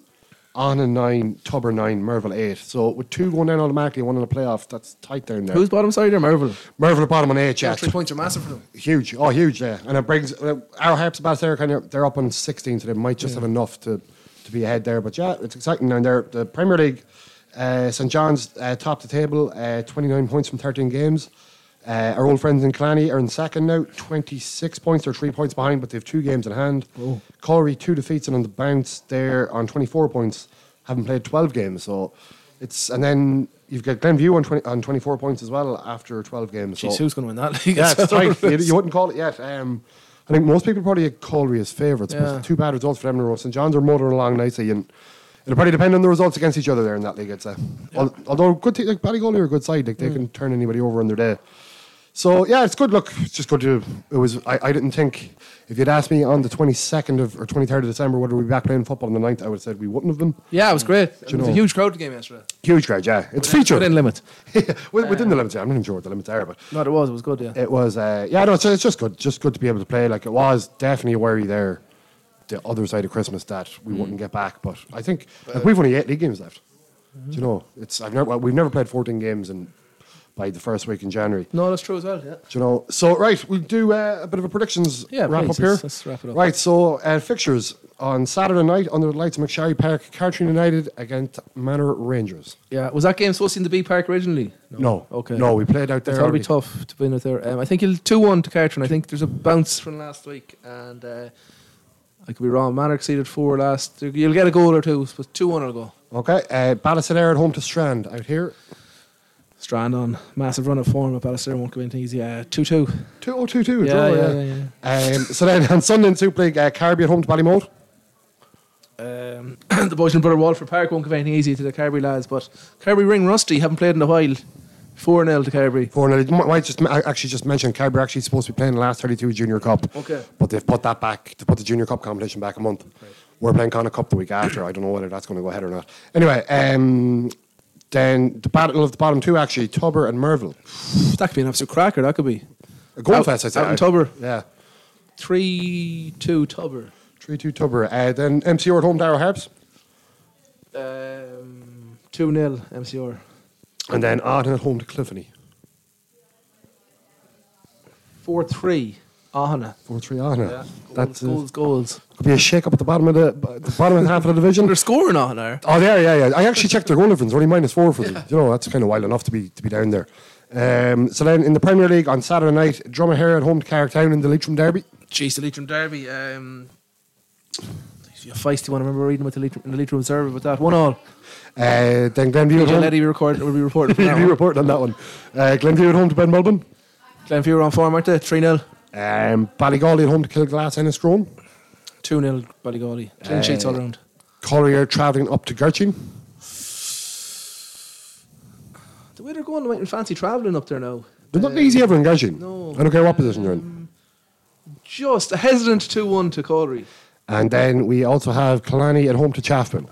On and nine, Tubber nine, Merville eight. So with two going down automatically, one in the playoff, that's tight down there. Who's bottom side there? Merville. Merville at bottom on eight, yeah. Three points are massive for them. Huge. Oh, huge, yeah. And it brings uh, our Harps about there, kind of, they're up on 16, so they might just Yeah. have enough to, to be ahead there. But yeah, it's exciting down there. The Premier League, uh, St John's uh, top the table, uh, 29 points from 13 games. Uh, our old friends in Clanny are in second now, 26 points. They're three points behind, but they have two games in hand. Oh. Corey, two defeats and on the bounce there on 24 points, having played 12 games. So it's, and then you've got Glenview on, 20, on 24 points as well after 12 games. Jeez, so who's going to win that league? <laughs> yeah, it's tight. You, you wouldn't call it yet. Um, I think most people probably call Cowley as favourites, Yeah. but two bad results for them in a row. St John's are motoring along nicely, and it'll probably depend on the results against each other there in Mm. that league. I'd say. Al- Although good, te- like Ballygolly are a good side, like they can turn anybody over on their day. So yeah, it's good. Look, it's just good to. It was. I, I didn't think if you'd asked me on the twenty second of or twenty third of December whether we'd be back playing football on the 9th, I would have said we wouldn't have been. Yeah, it was great. Do It you was a know- huge crowd game yesterday. Huge crowd, yeah. It's Within- featured <laughs> within limits. within the limits, yeah. I'm not even sure what the limits are, but No, it was. It was good. Yeah. it was. Uh, yeah, no, it's, it's just good, just good to be able to play. Like it was definitely a worry there, the other side of Christmas that we Mm. wouldn't get back. But I think like, we've only eight league games left. Mm-hmm. Do you know? It's I've never well, we've never played 14 games and by the first week in January. No, that's true as well. Yeah. Do you know? So right, we'll do uh, a bit of a predictions Yeah, wrap please, up here. let's- let's wrap it up. Right, so uh, fixtures on Saturday night under the lights of McSherry Park, Cartron United against Manor Rangers. Yeah, was that game supposed to be in the B Park originally? No. Okay. No, we played out there That'll be already. tough to win out there. Um, I think you'll 2 1 to Cartron. I think there's a bounce from last week, and uh, I could be wrong. Manor exceeded four last. You'll get a goal or two, but 2 1 will go. Okay, uh, Ballisadair at home to Strand out here. Strand on massive run of form at Ballister won't come in easy. Uh, 2 2. 2 0 2 2. Yeah, yeah, yeah. yeah. Um, so then <laughs> on Sunday in Super League, uh, Carby at home to Ballymote. Um, <clears throat> the boys in Brother Walford Park won't give anything easy to the Carberry lads, but Carberry ring rusty, haven't played in a while. 4 0 to Carberry. 4 0. Might just, I actually just mentioned Carby are actually supposed to be playing the last 32 Junior Cup. Okay. But they've put that back, to put the Junior Cup competition back a month. We're playing Connacht Cup the week after. I don't know whether that's going to go ahead or not. Anyway, um, then the battle of the bottom two, actually, Tubber and Merville. <sighs> That could be an absolute cracker, that could be. A goal Out- fest, I'd say. Out in Tubber. Yeah. 3 2 Tubber. 3 2 Tubber. Uh, then MCO at home, Darrow Harps. Um, 2 0 MCR. And then Arden at home to Cliffany. 4 3 Ahana. 4 3 Ahana. Yeah. That's Goals, goals. Could be a shake up at the bottom of the, the bottom of the half of the division. <laughs> They're scoring Ahana. Oh, there, yeah, yeah. I actually checked their goal difference. Only minus four for them. You know, that's kind of wild enough to be to be down there. Um, so then in the Premier League on Saturday night, Drummahair at home to Carricktown in the Leitrim Derby. Jeez, the Leitrim Derby. Um, you're feisty one. I remember reading about the Leitrim, in the Leitrim Observer about that. One all. Uh, then Glenview at DJ home. Letty record, will <laughs> be reporting for He'll that be one. reporting on that one. Uh, Glenview at home to Ben Mulbin. Glenview are on form, aren't they? 3 0. Um, Ballygally at home to Kilglass and Enniscrone. 2 0 Ballygally. Clean Uh, sheets all around. Collier travelling up to Gerching. The way they're going, they might fancy travelling up there now. They're not easy ever in Gerching. Uh, No. I don't care what position you're in. Just a hesitant 2 1 to Corey. And then we also have Kalani at home to Chaffman.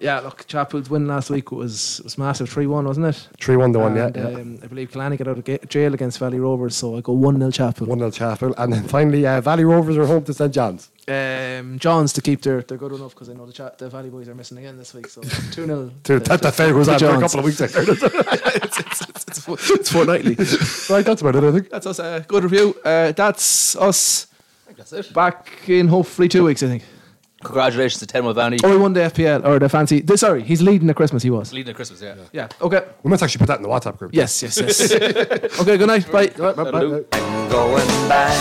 Yeah, look, Chapel's win last week was, was massive. 3 1, wasn't it? 3 1 the one, yeah. And, yeah. Um, I believe Kalani got out of ga- jail against Valley Rovers, so I go 1 0 Chapel. 1 0 Chapel. And then finally, uh, Valley Rovers are home to St John's. Um, Johns to keep their, their good enough because I know the, cha- the Valley boys are missing again this week, so <laughs> 2 0. Dude, that, that fair goes on for a couple of weeks. <laughs> it's, it's, it's, it's, fo- it's fortnightly. <laughs> right, that's about it, I think. That's us. Uh, good review. Uh, that's us. Back in hopefully two weeks, I think. Congratulations to Ten Mulvaney. Oh, he won the FPL or the fancy. The, sorry, he's leading at Christmas. He was. Leading at Christmas, yeah. Yeah. Okay. We must actually put that in the WhatsApp group. Yes. Yes. <laughs> Yes. okay. Good night. Bye. I'm going back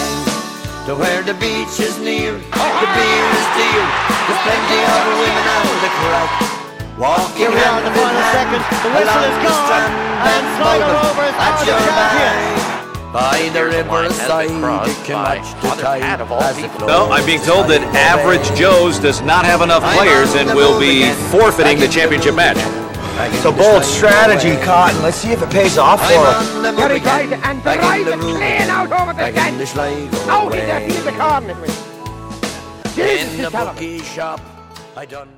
to where the beach is near, the beer is dear, there's plenty of women out the crowd. Walking Here we are in the final second. The whistle is gone. And Sligo Rovers out of the champions. By the riverside, it can match the tide as it flows. No, I'm being told that Average Joe's does not have enough players and will be forfeiting the championship match. It's a bold strategy, Cotton. Let's see if it pays off for him. Gary Guyton and drives it clean out over the Oh, Back in fence. the Sligo Out in the way. field of corners. In the bookie shop, I done